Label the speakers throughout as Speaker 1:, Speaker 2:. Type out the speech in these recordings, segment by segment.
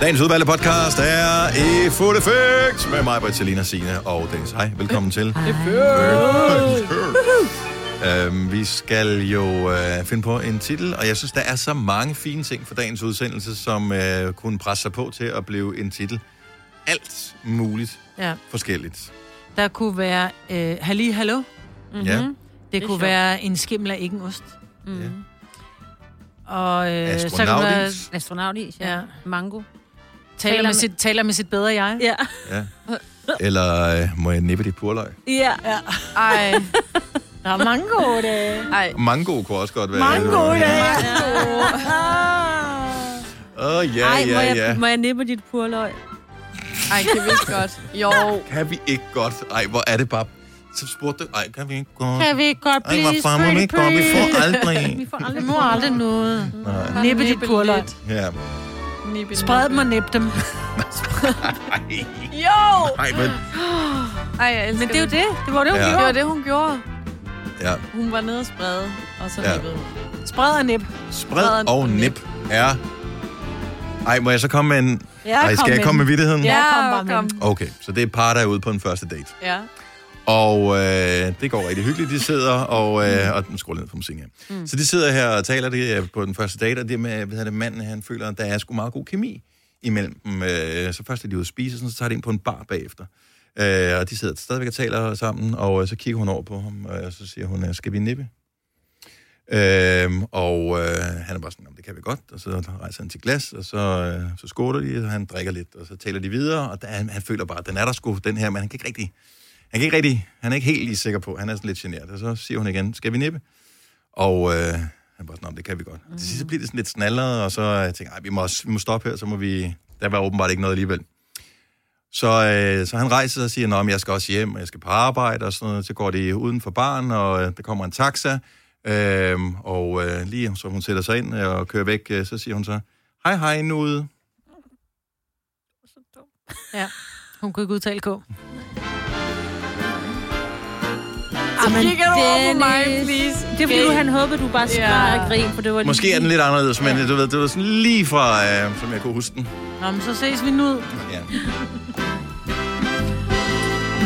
Speaker 1: Dagens udvalgte podcast er i fuld effekt med mig, Britt, Selina, Signe og Dennis. Hej, velkommen til. Øhm, vi skal jo øh, finde på en titel, og jeg synes, der er så mange fine ting for dagens udsendelse, som øh, kunne presse sig på til at blive en titel. Alt muligt
Speaker 2: Ja.
Speaker 1: forskelligt.
Speaker 2: Der kunne være øh, halli, hallo. Mhm.
Speaker 1: Mm-hmm. Ja.
Speaker 2: Det,
Speaker 3: er
Speaker 2: det kunne
Speaker 3: sjovt.
Speaker 2: være en skimmel af ikke en ost.
Speaker 1: Ja.
Speaker 4: Mm.
Speaker 2: Og øh, så kan man
Speaker 1: Astronautis.
Speaker 3: Astronautis, ja.
Speaker 2: Ja.
Speaker 3: ja. Mango.
Speaker 2: taler med, sit, taler med sit bedre jeg.
Speaker 3: Ja.
Speaker 1: Ja. Eller øh, må jeg nippe dit purløg?
Speaker 3: Ja. Ej,
Speaker 2: Der er mange gode dage.
Speaker 3: ej.
Speaker 1: Mango kunne også godt være. Mango, ja. Åh, oh, ja,
Speaker 3: Ej, må,
Speaker 1: ja, ja.
Speaker 3: Jeg, må jeg nippe dit purløg? Ej, kan vi ikke godt. Jo.
Speaker 1: Kan vi ikke godt? Ej, hvor er det bare... Så spurgte du, ej, kan vi ikke godt?
Speaker 2: Kan vi ikke godt
Speaker 1: Ej,
Speaker 2: blive
Speaker 1: hvorfor må vi ikke godt? Vi får aldrig.
Speaker 3: Vi får
Speaker 2: Vi
Speaker 3: aldrig
Speaker 2: må aldrig noget.
Speaker 1: Nej.
Speaker 2: Nippe dit purløg.
Speaker 1: Ja.
Speaker 3: Nippe
Speaker 2: Spred dem og nip dem.
Speaker 1: Ej,
Speaker 3: Jo!
Speaker 1: ej, men...
Speaker 3: Ej, jeg
Speaker 2: Men det er jo det. Det var det, hun
Speaker 1: Ja.
Speaker 2: ja.
Speaker 3: Det var
Speaker 2: gjorde.
Speaker 3: det, hun gjorde.
Speaker 1: Ja.
Speaker 3: Hun var nede og sprede, og så
Speaker 1: Ja.
Speaker 3: ja. nippede hun.
Speaker 2: Spred og nip.
Speaker 1: Spred og nip er... Ej, må jeg så komme med en...
Speaker 2: Ja,
Speaker 1: Ej, skal jeg komme med vidtigheden?
Speaker 2: Ja, kom bare med
Speaker 1: Okay, så det er et par, der er ude på en første date.
Speaker 3: Ja.
Speaker 1: Og øh, det går rigtig hyggeligt, de sidder og... Øh, og nu skruer jeg ned for musikken her. Mm. Så de sidder her og taler det er på den første date, og det med, hvad hedder det, manden, han føler, at der er sgu meget god kemi imellem dem. Øh, så først er de ude at spise, og sådan, så tager de ind på en bar bagefter. Øh, og de sidder stadigvæk og taler sammen, og øh, så kigger hun over på ham, og så siger hun, øh, skal vi nippe? Øhm, og øh, han er bare sådan, "Nå, det kan vi godt, og så rejser han til glas, og så, øh, så skåler de, og han drikker lidt, og så taler de videre, og der, han, han føler bare, den er der sgu, den her, men han kan ikke rigtig, han kan ikke rigtig, han er ikke helt lige sikker på, han er sådan lidt generet, og så siger hun igen, skal vi nippe? Og øh, han er bare sådan, "Nå, det kan vi godt. Mm. Til sidst så bliver det sådan lidt snallet, og så øh, tænker jeg, "Ej, vi må, også- vi må stoppe her, så må vi, der var åbenbart ikke noget alligevel. Så, øh, så han rejser sig og siger, at jeg skal også hjem, og jeg skal på arbejde og sådan noget. Så går de uden for baren, og øh, der kommer en taxa. Øh, og øh, lige så hun sætter sig ind og kører væk, øh, så siger hun så, hej hej nude.
Speaker 2: Ja. Hun kunne ikke udtale K.
Speaker 3: Jamen, kigger du over på mig,
Speaker 2: Dennis.
Speaker 3: please.
Speaker 2: Det er fordi, du, han håbede, du bare skræd
Speaker 3: Ja.
Speaker 2: og grin, for det var
Speaker 1: Måske er den lidt anderledes, men øh, du ved, det var sådan lige fra, øh, som jeg kunne huske den.
Speaker 2: Nå, men så ses vi nu.
Speaker 1: Ja.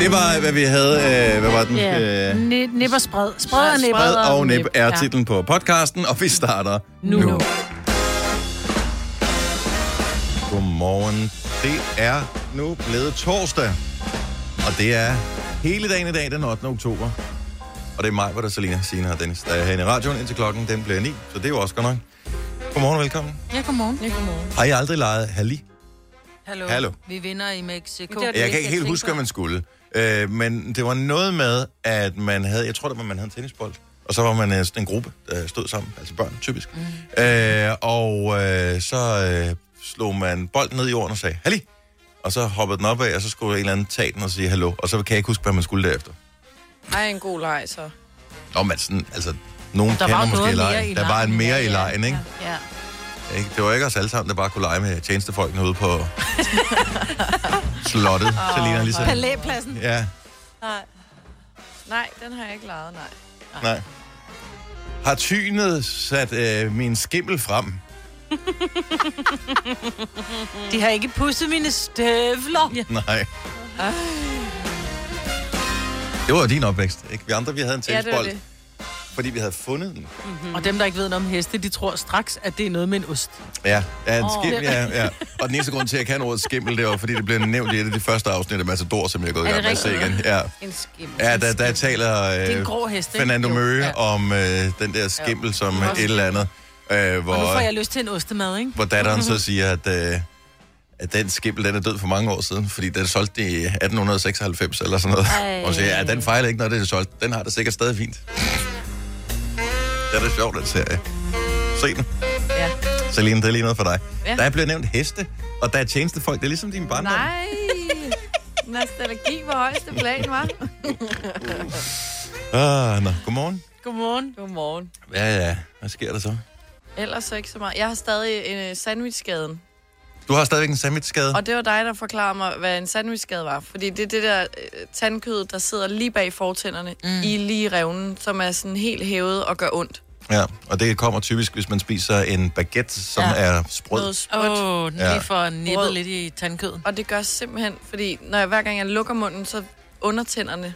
Speaker 1: Det var, hvad vi havde. Øh, hvad var den?
Speaker 2: Ja.
Speaker 1: Øh,
Speaker 2: Ni- Nip og spred. Spred og nip.
Speaker 1: Spred og nip er
Speaker 2: Ja.
Speaker 1: titlen på podcasten, og vi starter nu.
Speaker 2: Nu.
Speaker 1: nu. Godmorgen. Det er nu blevet torsdag, og det er hele dagen i dag, den 8. oktober. Og det er mig, hvor der er Selina, Sina og Dennis, der er herinde i radioen indtil klokken, den bliver 9, så det er jo også godt nok. Godmorgen og velkommen.
Speaker 2: Ja, godmorgen.
Speaker 3: Ja, godmorgen.
Speaker 1: Har I aldrig lejet Halli?
Speaker 2: Hallo.
Speaker 1: Hallo.
Speaker 2: Vi vinder i Mexico.
Speaker 3: Det var det.
Speaker 1: Jeg kan ikke
Speaker 3: jeg
Speaker 1: helt
Speaker 3: tænkte
Speaker 1: huske,
Speaker 3: på.
Speaker 1: hvad man skulle. Øh, men det var noget med, at man havde, jeg tror, det var, man havde en tennisbold. Og så var man øh, sådan en gruppe, der stod sammen, altså børn typisk. Mm. Øh, og øh, så øh, slog man bolden ned i jorden og sagde, Halli! Og så hoppede den op af, og så skulle en eller anden tage den og sige hallo. Og så kan jeg ikke huske, hvad man skulle derefter.
Speaker 5: Ej, en god leg, så.
Speaker 1: Nå, men sådan, altså, nogen
Speaker 2: Der var
Speaker 1: kender
Speaker 2: jo noget
Speaker 1: måske
Speaker 2: mere i
Speaker 1: lejen. Der var
Speaker 2: lejen.
Speaker 1: en mere
Speaker 2: Ja,
Speaker 1: i
Speaker 2: ja,
Speaker 1: lejen, ikke?
Speaker 2: Ja.
Speaker 1: Ikke? Det var ikke os alle sammen, der bare kunne lege med tjenestefolkene ude på slottet. Oh, Selina lige så.
Speaker 2: Palæpladsen.
Speaker 1: Ja.
Speaker 5: Nej, den har jeg ikke lejet, nej.
Speaker 1: Nej. Har tynet sat øh, min skimmel frem?
Speaker 2: De har ikke pudset mine støvler. Ja.
Speaker 1: Nej. Det var jo din opvækst, ikke? Vi andre, vi havde en
Speaker 5: Ja, det var
Speaker 1: tennisbold, ja,
Speaker 5: det.
Speaker 1: fordi vi havde fundet den.
Speaker 2: Mhm. Og dem, der ikke ved noget om heste, de tror straks, at det er noget med en ost.
Speaker 1: Ja, ja en oh. skimmel, ja, ja. Og den eneste grund til, at jeg kan ordet skimmel, det var, fordi det blev nævnt i et af de første afsnit af Matador, som jeg er gået i
Speaker 3: Er
Speaker 1: gang
Speaker 3: det
Speaker 1: med at se igen.
Speaker 3: rigtigt?
Speaker 1: Ja,
Speaker 3: En skim.
Speaker 1: ja der, der taler
Speaker 2: Det er en
Speaker 1: øh,
Speaker 2: grå hest, ikke?
Speaker 1: Fernando
Speaker 2: Jo,
Speaker 1: Møge
Speaker 2: ja.
Speaker 1: om øh, den der skimmel, som et eller andet, øh, hvor...
Speaker 2: Og nu får jeg lyst til en ostemad, ikke?
Speaker 1: hvor datteren så siger, at, øh, at den skimmel, den er død for mange år siden, fordi den solgte de i 1896 eller sådan noget.
Speaker 3: Ej.
Speaker 1: Og så siger, ja, den fejler ikke, når det er solgt. Den har det sikkert stadig fint. Det er da sjovt, den serie. Se den.
Speaker 3: Ja.
Speaker 1: Celine, det er lige noget for dig. Ja.
Speaker 3: Ja.
Speaker 1: Der er blevet nævnt heste, og der er tjenestefolk. Det er ligesom din barndom.
Speaker 3: Nej. Nostalgi på højeste plan, var.
Speaker 1: Ah, nå. Godmorgen.
Speaker 2: Godmorgen.
Speaker 5: Godmorgen.
Speaker 1: Ja, ja. Hvad sker der så?
Speaker 5: Ellers så ikke så meget. Jeg har stadig en øh, sandwichskaden.
Speaker 1: Du har stadigvæk en sandwichskade.
Speaker 5: Og det var dig, der forklarede mig, hvad en sandwichskade var. Fordi det er det der øh, tandkød, der sidder lige bag fortænderne mm. i lige revnen, som er sådan helt hævet og gør ondt.
Speaker 1: Ja, og det kommer typisk, hvis man spiser en baguette, som ja.
Speaker 5: Ja.
Speaker 1: er sprød.
Speaker 5: Noget sprødt. Oh.
Speaker 2: Åh, oh,
Speaker 1: Ja.
Speaker 2: lige for nippet
Speaker 5: Brød.
Speaker 2: lidt i tandkødet.
Speaker 5: Og det gør simpelthen, fordi når jeg, hver gang jeg lukker munden, så undertænderne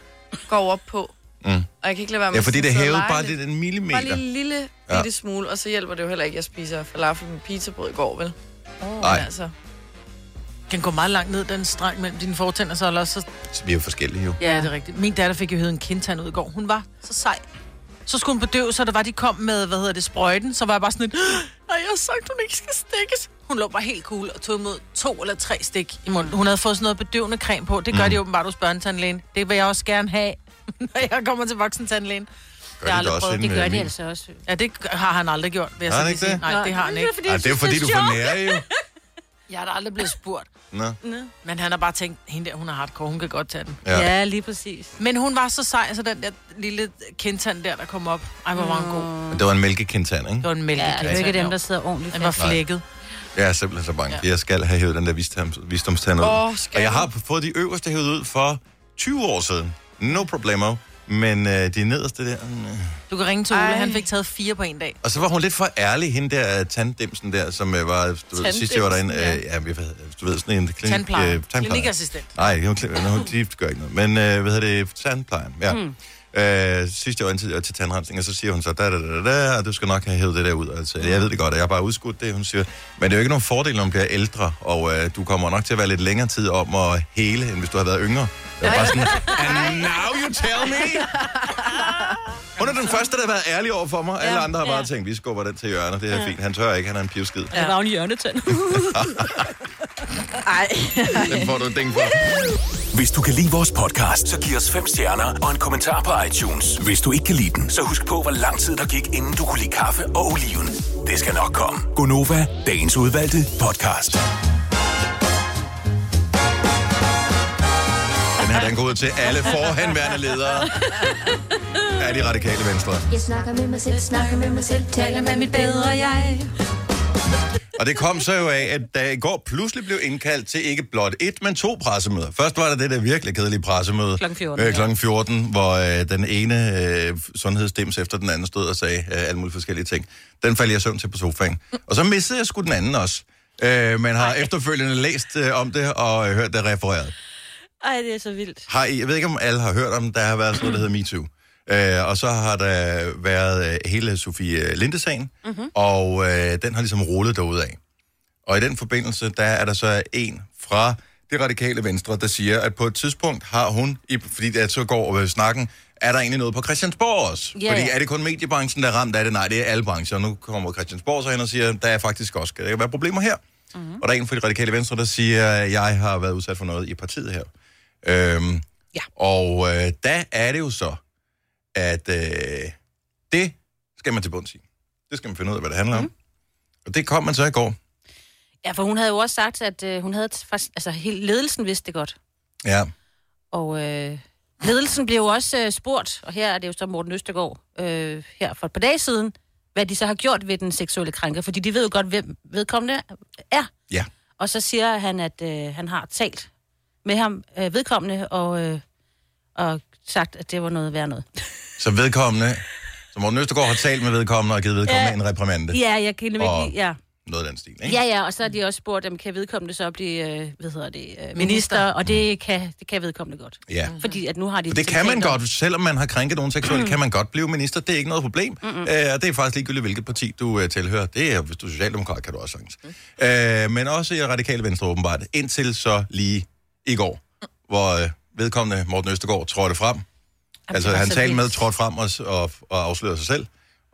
Speaker 5: går op på. Mm. Og jeg kan ikke lade være med
Speaker 1: Ja, fordi
Speaker 5: sådan
Speaker 1: det
Speaker 5: at sidde og
Speaker 1: hævede
Speaker 5: lege
Speaker 1: bare
Speaker 5: lidt.
Speaker 1: lidt en
Speaker 5: Bare lige
Speaker 1: millimeter.
Speaker 5: en lille,
Speaker 1: Ja.
Speaker 5: ja. lille smule, og så hjælper det jo heller ikke, at jeg spiser falafel med pizzabrød i går, vel?
Speaker 1: Nej,
Speaker 5: Men altså,
Speaker 2: Den går meget langt ned, den streng mellem dine fortænder, så eller også, så
Speaker 1: så vi er jo forskellige jo.
Speaker 2: Ja, det er rigtigt. Min datter fik jo hævet en kindtand ud i går. Hun var så sej. Så skulle hun bedøve, så det var, de kom med, hvad hedder det, sprøjten. Så var jeg bare sådan lidt, nej, jeg har sagt, hun ikke skal stikkes. Hun lå bare helt cool og tog imod to eller tre stik i munden. Hun havde fået sådan noget bedøvende creme på. Det gør mm. de åbenbart hos børnetandlægen. Det vil jeg også gerne have, når jeg kommer til voksentandlægen.
Speaker 1: Gør
Speaker 2: Jeg har
Speaker 1: det da
Speaker 2: aldrig
Speaker 1: også
Speaker 2: prøvet.
Speaker 1: inden,
Speaker 4: Det gør
Speaker 1: øh,
Speaker 4: de
Speaker 1: min-
Speaker 4: altså også.
Speaker 2: Ja, det g- har han aldrig gjort, vil jeg
Speaker 1: Har
Speaker 2: så lige
Speaker 1: han ikke
Speaker 2: sige.
Speaker 1: det?
Speaker 2: Nej, det har han ikke.
Speaker 1: Ej, det er fordi, du fornærer jo.
Speaker 2: Jeg har da aldrig blevet spurgt.
Speaker 1: Nå,
Speaker 2: Men han har bare tænkt, hende der, hun er hardcore, hun kan godt tage den.
Speaker 1: ja.
Speaker 4: Ja, lige præcis.
Speaker 2: Men hun var så sej, så den der lille kindtand der, der kom op. Ej, hvor var hun god.
Speaker 1: Men det var en mælkekintan, ikke?
Speaker 2: Det var en
Speaker 4: Ja,
Speaker 2: mælkekage.
Speaker 4: det er ikke dem, der sidder ordentligt
Speaker 2: Den var
Speaker 4: fast.
Speaker 2: flækket.
Speaker 1: Jeg er simpelthen så bange. Ja. Jeg skal have hævet den der visdoms, visdomstand ud.
Speaker 5: Åh, skal
Speaker 1: og jeg
Speaker 5: du?
Speaker 1: har fået de øverste hævet ud for 20 år siden. No problemo. Men øh, de nederste der... Mm.
Speaker 2: Du kan ringe til Ole,
Speaker 5: Ej.
Speaker 2: han fik taget fire på en dag.
Speaker 1: Og så var hun lidt for ærlig, hende der øh, tanddimsen der, som øh, var... Du ved, sidst jeg var derinde... Øh,
Speaker 5: Tanddimsen,
Speaker 1: ja, jeg ved, du ved, sådan en klinik...
Speaker 2: Tandplejer.
Speaker 1: Øh, tandplejer.
Speaker 2: Klinikassistent.
Speaker 1: Nej, hun, kli- hun, de gør ikke noget. Men øh, hvad hedder det? Tandplejen, ja. Mm. Øh, sidst jeg var indtil til tandrensning, og så siger hun så, da, da, da, da, og du skal nok have hævet det der ud. Altså, jeg ved det godt, og jeg har bare udskudt det, hun siger. Men det er jo ikke nogen fordel, når man bliver ældre, og øh, du kommer nok til at være lidt længere tid om at hele, end hvis du har været yngre. Det var bare sådan, and now you tell me! Hun er den første, der har været ærlig over for mig. Alle andre har bare ja. tænkt, vi skubber den til hjørnet, det er fint. Han tør ikke, han er en pivskid.
Speaker 4: Ja. Ravne hjørnetand.
Speaker 1: Den får du et ding for.
Speaker 6: Hvis du kan lide vores podcast, så giv os fem stjerner og en kommentar på iTunes. Hvis du ikke kan lide den, så husk på, hvor lang tid der gik, inden du kunne lide kaffe og oliven. Det skal nok komme. Gonova, dagens udvalgte podcast.
Speaker 1: Den her, den går ud til alle forhenværende ledere af de radikale venstre.
Speaker 7: Jeg snakker med mig selv, snakker med mig selv, taler med mit bedre jeg.
Speaker 1: Og det kom så jo af, at der i går pludselig blev indkaldt til ikke blot et, men to pressemøder. Først var der det der virkelig kedelige pressemøde.
Speaker 4: Klokken 14,
Speaker 1: Øh, klokken 14 hvor øh, den ene øh, sundhedsdims efter den anden stod og sagde øh, alle mulige forskellige ting. Den faldt jeg i søvn til på sofaen. Og så missede jeg sgu den anden også. Øh, men har efterfølgende læst øh, om det og øh, hørt det refereret.
Speaker 4: Ej, det er så vildt.
Speaker 1: Har I, jeg ved ikke, om alle har hørt om, der har været sådan noget, der hedder MeToo. Øh, og så har der været øh, hele Sofie Lindesagen, mm-hmm.
Speaker 4: Mhm.
Speaker 1: og øh, den har ligesom rullet af. Og i den forbindelse, der er der så en fra det radikale venstre, der siger, at på et tidspunkt har hun, i, fordi det så går over snakken, er der egentlig noget på Christiansborg også?
Speaker 4: Ja,
Speaker 1: fordi
Speaker 4: ja.
Speaker 1: er det kun mediebranchen, der er ramt af det? Nej, det er alle brancher. Og nu kommer Christiansborg så hen og siger, der er faktisk også, kan der være problemer her?
Speaker 4: Mhm.
Speaker 1: Mm-hmm. Og der er en fra det radikale venstre, der siger, jeg har været udsat for noget i partiet her. Øhm,
Speaker 4: Ja.
Speaker 1: Og øh, der er det jo så, at øh, det skal man til bunds i. Det skal man finde ud af, hvad det handler mm. om. Og det kom man så i går.
Speaker 4: Ja, for hun havde jo også sagt, at øh, hun havde... t- faktisk- Altså, hele ledelsen vidste det godt.
Speaker 1: Ja.
Speaker 4: Og øh, ledelsen blev jo også øh, spurgt, og her er det jo så Morten Østergaard, øh, her for et par dage siden, hvad de så har gjort ved den seksuelle krænker, fordi de ved jo godt, hvem vedkommende er.
Speaker 1: Ja.
Speaker 4: Og så siger han, at øh, han har talt med ham øh, vedkommende, og, øh, og sagt, at det var noget værd noget.
Speaker 1: Så vedkommende, så Morten Østergaard har talt med vedkommende og givet vedkommende ja.
Speaker 4: Ja.
Speaker 1: en reprimande. Ja.
Speaker 4: Ja, jeg kan nemlig
Speaker 1: Og-
Speaker 4: ikke... Ja.
Speaker 1: Noget af den stil, ikke?
Speaker 4: ja, ja, og så har de også spurgt, om kan vedkommende så blive, øh, hvad hedder det, øh,
Speaker 2: Minister.
Speaker 4: minister, og det kan, det kan vedkommende godt.
Speaker 1: ja.
Speaker 4: Fordi at nu har de...
Speaker 1: For det kan man godt, selvom man har krænket nogen seksuelt, kan man godt blive minister. Det er ikke noget problem. Øh, og det er faktisk ligegyldigt, hvilket parti du øh, tilhører. Det er, hvis du er socialdemokrat, kan du også sagtens. Øh, men også i Radikale Venstre åbenbart. Indtil så lige i går, hvor øh, vedkommende Morten Østergaard trådte frem. altså
Speaker 4: det var
Speaker 1: han
Speaker 4: så
Speaker 1: talte med,
Speaker 4: vildt.
Speaker 1: trådte frem og, og, og afslørede sig selv.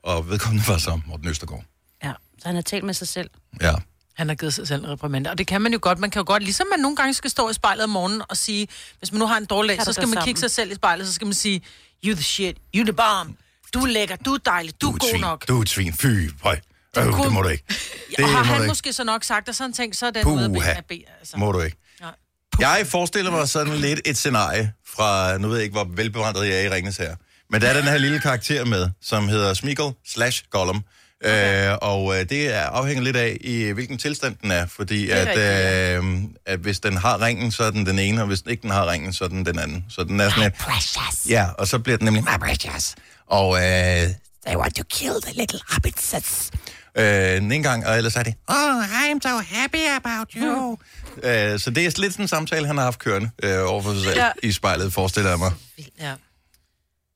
Speaker 1: Og vedkommende var så Morten Østergaard.
Speaker 4: Ja, så han har talt med sig selv.
Speaker 1: Ja.
Speaker 2: Han har givet sig selv en reprimande, og det kan man jo godt. Man kan jo godt, ligesom man nogle gange skal stå i spejlet om morgenen og sige, hvis man nu har en dårlig dag,
Speaker 4: Kan
Speaker 2: så
Speaker 4: du
Speaker 2: skal
Speaker 4: gå
Speaker 2: man
Speaker 4: sammen?
Speaker 2: kigge sig selv i spejlet, så skal man sige, you the shit, you the bomb, du er lækker, du er dejlig, du,
Speaker 1: Du
Speaker 2: er
Speaker 1: er et
Speaker 2: god
Speaker 1: svin.
Speaker 2: nok.
Speaker 1: Du er et svin. Fy, høj. Øh,
Speaker 2: kunne-
Speaker 1: det må du ikke. Det
Speaker 2: og har
Speaker 1: må
Speaker 2: han
Speaker 1: du ikke.
Speaker 2: måske så nok sagt, og sådan tænkt, så er den ude af ben-
Speaker 1: Puha.
Speaker 2: af ben, altså.
Speaker 1: Må du ikke.
Speaker 2: Nej.
Speaker 1: Jeg forestiller mig sådan lidt et scenarie fra, nu ved jeg ikke, hvor velbevandret jeg er i Ringens her, men der er den her lille karakter med, som hedder Smeagol slash Gollum. Okay. Øh, og øh, det er afhænger lidt af, i hvilken tilstand den er, fordi
Speaker 5: er
Speaker 1: at, øh, at hvis den har ringen, så er den den ene, og hvis den ikke den har ringen, så er den den anden. Så den er sådan lidt... Ja, og så bliver den nemlig... My precious. Og øh,
Speaker 4: They want to kill the little rabbits.
Speaker 1: Øh, den ene gang, og ellers er det, oh, I'm so happy about you. Øh, så det er lidt sådan en samtale, han har haft kørende øh, over for sig selv ja.
Speaker 5: Ja.
Speaker 1: i spejlet, forestiller jeg mig.
Speaker 2: Ja.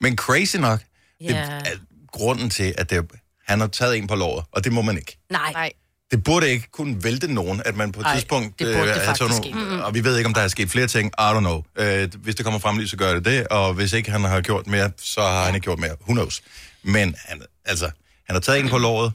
Speaker 1: Men crazy nok, ja. det
Speaker 4: Ja.
Speaker 1: er grunden til, at det, han har taget en på låret, og det må man ikke.
Speaker 4: Nej.
Speaker 5: Nej.
Speaker 1: Det burde ikke kunne vælte nogen, at man på et Ej,
Speaker 2: Ej,
Speaker 1: tidspunkt... øh,
Speaker 2: det burde det
Speaker 1: havde
Speaker 2: faktisk
Speaker 1: taget og vi ved ikke, om der er sket flere ting. I don't know. Øh, hvis det kommer frem lige, så gør det det, og hvis ikke han har gjort mere, så har han ikke gjort mere. Who knows? Men han, altså, han har taget en på låret.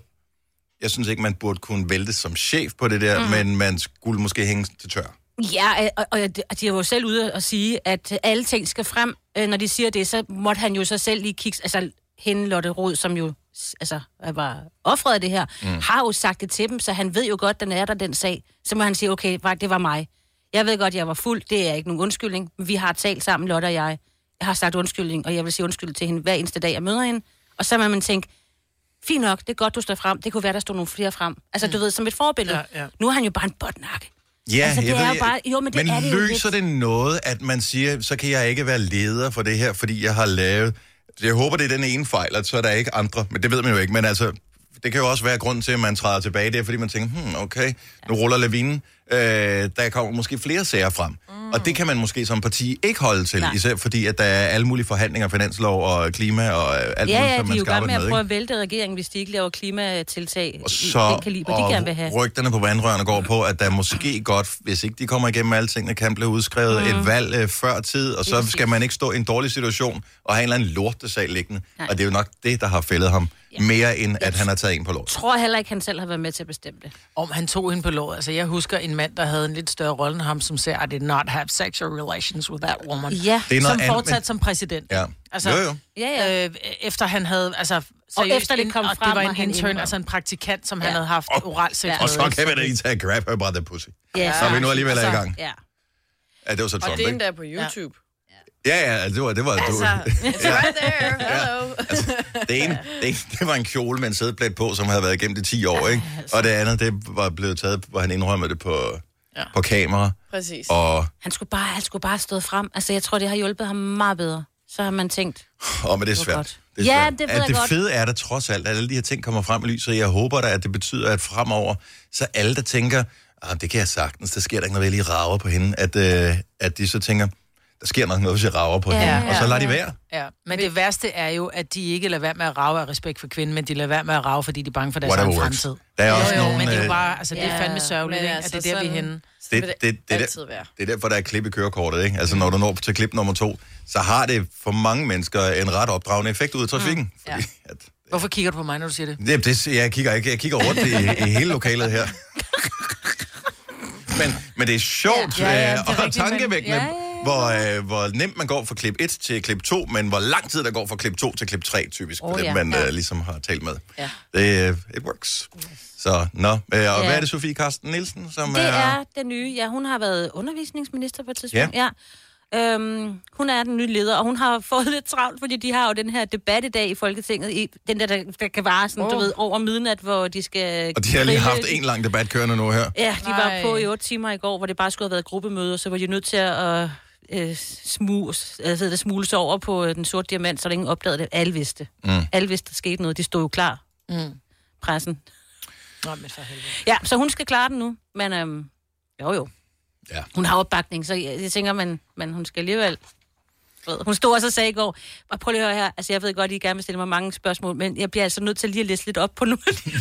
Speaker 1: Jeg synes ikke, man burde kunne vælte som chef på det der, mm. men man skulle måske hænge til tør.
Speaker 4: Ja, øh, og, og jeg- og de er jo selv ude og sige, at øh, alle ting skal frem. Øh, Når de siger det, så måtte han jo så selv lige kigge... Altså, hende Lotte Rod, som jo s- altså, er- var offret af det her, mm. har jo sagt det til dem, så han ved jo godt, den er der, den sag. Så må han sige, okay, fuck, det var mig. Jeg ved godt, jeg var fuld. Det er ikke nogen undskyldning. Vi har talt sammen, Lotte og jeg. Jeg har sagt undskyldning, og jeg vil sige undskyld til hende hver eneste dag, jeg møder hende. Og så må man tænke, fint nok, det er godt, du står frem. Det kunne være, der stod nogle flere frem. Altså, du ved, som et forbillede.
Speaker 2: Mm. Ja, ja.
Speaker 4: Nu er han jo bare en botnakke.
Speaker 1: Ja,
Speaker 4: Altså, det
Speaker 1: jeg
Speaker 4: er
Speaker 1: ved,
Speaker 4: jo
Speaker 1: jeg-
Speaker 4: bare- jo, men det
Speaker 1: men
Speaker 4: er det jo
Speaker 1: løser det noget, at man siger, så kan jeg ikke være leder for det her, fordi jeg har lavet... Jeg håber, det er den ene fejl, at så er der ikke andre, men det ved man jo ikke. Men altså, det kan jo også være grunden til, at man træder tilbage. Det er, fordi man tænker, hmm, okay, nu ruller lavinen. Øh, der kommer måske flere sager frem. Mm. Og det kan man måske som parti ikke holde til, Nej.
Speaker 4: Nej.
Speaker 1: især fordi, at der er alle mulige forhandlinger, finanslov og klima og øh, alt
Speaker 4: Ja,
Speaker 1: muligt,
Speaker 4: ja, de
Speaker 1: som
Speaker 4: er
Speaker 1: man
Speaker 4: jo
Speaker 1: skal
Speaker 4: i gang med
Speaker 1: arbejde med.
Speaker 4: at
Speaker 1: ikke?
Speaker 4: prøve at vælte regeringen, hvis de ikke laver klimatiltag
Speaker 1: Og
Speaker 4: i
Speaker 1: så
Speaker 4: den kaliber, de gerne vil have.
Speaker 1: og rygterne på vandrørene går på, at der måske godt, hvis ikke de kommer igennem alle tingene, kan blive udskrevet mm. et valg øh, før tid, og så skal man ikke stå i en dårlig situation og have en eller anden lortesag liggende. Nej.
Speaker 4: Nej.
Speaker 1: Og det er jo nok det, der har fældet ham ja. mere end, at han har taget en på lort.
Speaker 4: Jeg tror heller ikke, han selv har været med til at bestemme det.
Speaker 2: Om han tog hende på låret. Altså, jeg husker en mand, der havde en lidt større rolle end ham, som sagde, I did not have sexual relations with that woman.
Speaker 4: Ja,
Speaker 1: Det er noget
Speaker 2: Som
Speaker 1: andet,
Speaker 2: fortsat
Speaker 1: men-
Speaker 2: som præsident.
Speaker 1: Ja.
Speaker 2: Altså,
Speaker 1: jo, jo.
Speaker 4: ja, ja.
Speaker 2: Øh, efter han havde, altså, seriøst,
Speaker 4: efter det
Speaker 2: en-
Speaker 4: kom
Speaker 2: og
Speaker 4: frem,
Speaker 2: det var
Speaker 4: og
Speaker 2: en
Speaker 4: han
Speaker 2: intern,
Speaker 4: indrømmer.
Speaker 2: altså en praktikant, som han
Speaker 4: Ja.
Speaker 2: havde haft
Speaker 1: Og-
Speaker 2: oral sex
Speaker 4: Ja.
Speaker 1: Og så kan man da lige tage og grab her by the pussy.
Speaker 4: ja.
Speaker 1: Så er vi nu alligevel i
Speaker 2: Altså,
Speaker 1: gang.
Speaker 4: Ja.
Speaker 1: Ja, det var så
Speaker 5: Og
Speaker 1: Trump,
Speaker 5: det er
Speaker 1: ikke?
Speaker 5: endda på YouTube.
Speaker 1: Ja, ja, det var, det var
Speaker 5: Altså,
Speaker 1: altså.
Speaker 5: it's right there. Hello.
Speaker 1: det, ene, det ene, det var en kjole med en sædeplet på, som havde været igennem det 10 år, ikke?
Speaker 4: altså.
Speaker 1: Og det andet, det var blevet taget, hvor han indrømmede det på, ja. på kamera.
Speaker 5: Præcis.
Speaker 1: Og
Speaker 4: Han skulle bare, han skulle bare have stået frem. Altså, jeg tror, det har hjulpet ham meget bedre. Så har man tænkt,
Speaker 1: Åh, men det er
Speaker 4: Det var
Speaker 1: svært.
Speaker 4: godt.
Speaker 1: er
Speaker 4: Ja,
Speaker 1: svært.
Speaker 4: det ved
Speaker 1: at
Speaker 4: jeg
Speaker 1: det
Speaker 4: godt.
Speaker 1: fede er der trods alt, at alle de her ting kommer frem i lyset, og jeg håber da, at det betyder, at fremover, så alle, der tænker, ah, det kan jeg sagtens, der sker der ikke noget, jeg lige rager på hende, at, øh, at de så tænker, der sker nok noget, hvis jeg rager på ja, hende, ja, og så lader de være.
Speaker 2: Ja, men det værste er jo, at de ikke lader være med at rage af respekt for kvinden, men de lader være med at rage, fordi de er bange for deres
Speaker 1: Whatever
Speaker 2: egen
Speaker 1: works.
Speaker 2: fremtid.
Speaker 1: Der er også
Speaker 2: Jo, jo,
Speaker 1: nogle,
Speaker 2: men det er
Speaker 1: øh,
Speaker 2: jo bare, altså, det er
Speaker 4: Ja,
Speaker 2: fandme sørgeligt,
Speaker 5: men
Speaker 2: ikke?
Speaker 5: altså,
Speaker 2: at det er der, vi er
Speaker 5: sådan-
Speaker 2: henne.
Speaker 5: Så
Speaker 1: Det,
Speaker 5: vil
Speaker 1: det, det, det,
Speaker 5: altid
Speaker 1: der,
Speaker 5: være.
Speaker 1: det er derfor, der er klip i kørekortet, ikke? Altså, når du når til klip nummer to, så har det for mange mennesker en ret opdragende effekt ud af trafikken. Mm. Fordi, ja. at,
Speaker 2: Hvorfor kigger du på mig, når du siger det?
Speaker 1: Jamen, det, jeg kigger ikke. Jeg kigger rundt i, i hele lokalet her. Men, men det er sjovt ja, ja, ja, det er og
Speaker 4: rigtigt, men-
Speaker 1: tankevækkende, ja,
Speaker 4: Ja,
Speaker 1: ja,
Speaker 4: ja,
Speaker 1: ja. Hvor, øh, hvor nemt man går fra klip 1 til klip 2, men hvor lang tid der går fra klip 2 til klip 3, typisk, oh,
Speaker 4: Åh,
Speaker 1: dem
Speaker 4: ja.
Speaker 1: man ja. Øh, ligesom har talt med. Ja. Det, øh, it works. Så, nå. Øh, og ja. hvad er det, Sofie Karsten Nielsen, som
Speaker 4: det er den nye. Ja, hun har været undervisningsminister på et tidspunkt.
Speaker 1: Ja.
Speaker 4: Ja. ja. Øhm, hun er den nye leder, og hun har fået lidt travlt, fordi de har jo den her debat i dag i Folketinget. I, den der, der, der kan vare sådan, oh. du ved, over midnat, hvor de skal...
Speaker 1: Og de har lige
Speaker 4: grille
Speaker 1: haft en lang debat kørende nu her.
Speaker 4: Ja, de var
Speaker 5: Nej.
Speaker 4: på i otte timer i går, hvor det bare skulle have været gruppemøde, så var de nødt til at øh, smus, altså, det smules over på øh, den sorte diamant, så der ingen opdagede det. Alle vidste. Mm. Alle vidste, der skete noget. De stod jo klar. Mm. Pressen.
Speaker 2: Nå, men for helvede.
Speaker 4: Ja, så hun skal klare den nu. Men øhm, jo jo.
Speaker 1: Ja.
Speaker 4: Hun har opbakning, så jeg, jeg tænker, man, man, hun skal alligevel... du ved. Hun stod også og sagde i går, og prøv lige at høre her, altså jeg ved godt, I gerne vil stille mig mange spørgsmål, men jeg bliver altså nødt til lige at læse lidt op på nogle af de ting.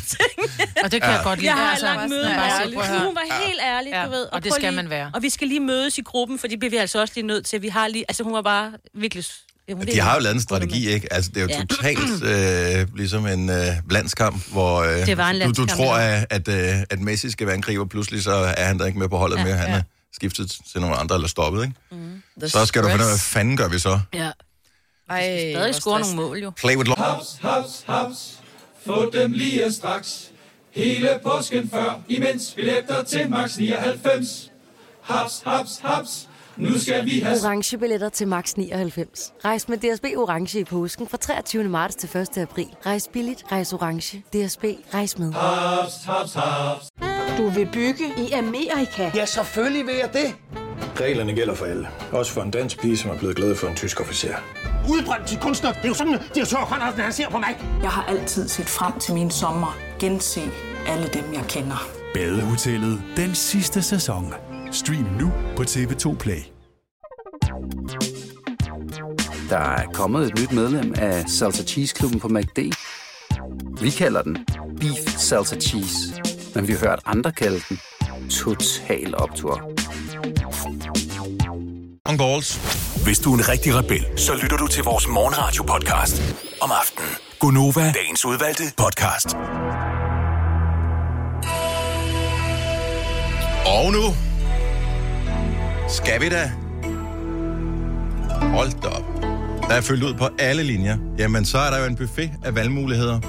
Speaker 2: Og det kan jeg godt lide.
Speaker 4: Jeg har et
Speaker 2: altså,
Speaker 4: langt møde
Speaker 2: sådan,
Speaker 4: med
Speaker 2: bare
Speaker 4: ja,
Speaker 2: sige, prøv at høre.
Speaker 4: Hun var helt ærlig,
Speaker 2: Ja,
Speaker 4: du ved.
Speaker 2: og det
Speaker 4: prøv
Speaker 2: skal
Speaker 4: lige,
Speaker 2: man være.
Speaker 4: Og vi skal lige mødes i gruppen, for det bliver vi altså også lige nødt til. Vi har lige, altså hun var bare virkelig... s- ja, hun
Speaker 1: De
Speaker 4: virkelig-
Speaker 1: har jo lavet en strategi, ikke? Altså, det er jo ja.
Speaker 4: Ja.
Speaker 1: totalt øh, ligesom en øh, landskamp, hvor øh,
Speaker 4: Det var en
Speaker 1: du, du
Speaker 4: landskamp,
Speaker 1: tror,
Speaker 4: ja.
Speaker 1: at, at, øh, at Messi skal være angriber, pludselig så er han der ikke med på holdet ja, mere. Han ja. er skiftet til nogle andre eller stoppet, ikke?
Speaker 4: Mm.
Speaker 5: The
Speaker 1: Så skal du finde ud af, hvad
Speaker 5: stress.
Speaker 1: fanden gør vi så?
Speaker 4: Ja,
Speaker 5: Ej,
Speaker 4: stadig
Speaker 5: hvor
Speaker 4: score nogle
Speaker 5: stress.
Speaker 4: mål jo.
Speaker 1: Play with love.
Speaker 8: Haps, haps, haps. Få dem lige straks. Hele påsken før, imens billetter til max 99. Haps, haps, haps. Nu skal vi have
Speaker 9: Orange billetter til max 99. Rejs med DSB Orange i påsken fra 23. marts til 1. april. Rejs billigt, rejs orange. DSB, rejs med.
Speaker 10: Du vil bygge i Amerika?
Speaker 11: Ja, selvfølgelig vil jeg det.
Speaker 8: Reglerne gælder for alle. Også for en dansk pige, som er blevet glad for en tysk officer.
Speaker 11: udbrændt til kunstner. Det er jo sådan, at de har Conradsen, han ser på mig.
Speaker 12: Jeg har altid set frem til min sommer, gense alle dem, jeg kender.
Speaker 6: Badehotellet den sidste sæson. Stream nu på TV2 Play.
Speaker 13: Der er kommet et nyt medlem af Salsa Cheese Klubben på MACD. Vi kalder den Beef Salsa Cheese, men vi har hørt andre kalde den Total Optor.
Speaker 1: On goals.
Speaker 6: Hvis du er en rigtig rebel, så lytter du til vores morgenradio-podcast om aftenen. Gunova, dagens udvalgte podcast.
Speaker 1: Og nu skal vi da. Hold da op. Der er fyldt ud på alle linjer. Jamen, så er der jo en buffet af valgmuligheder.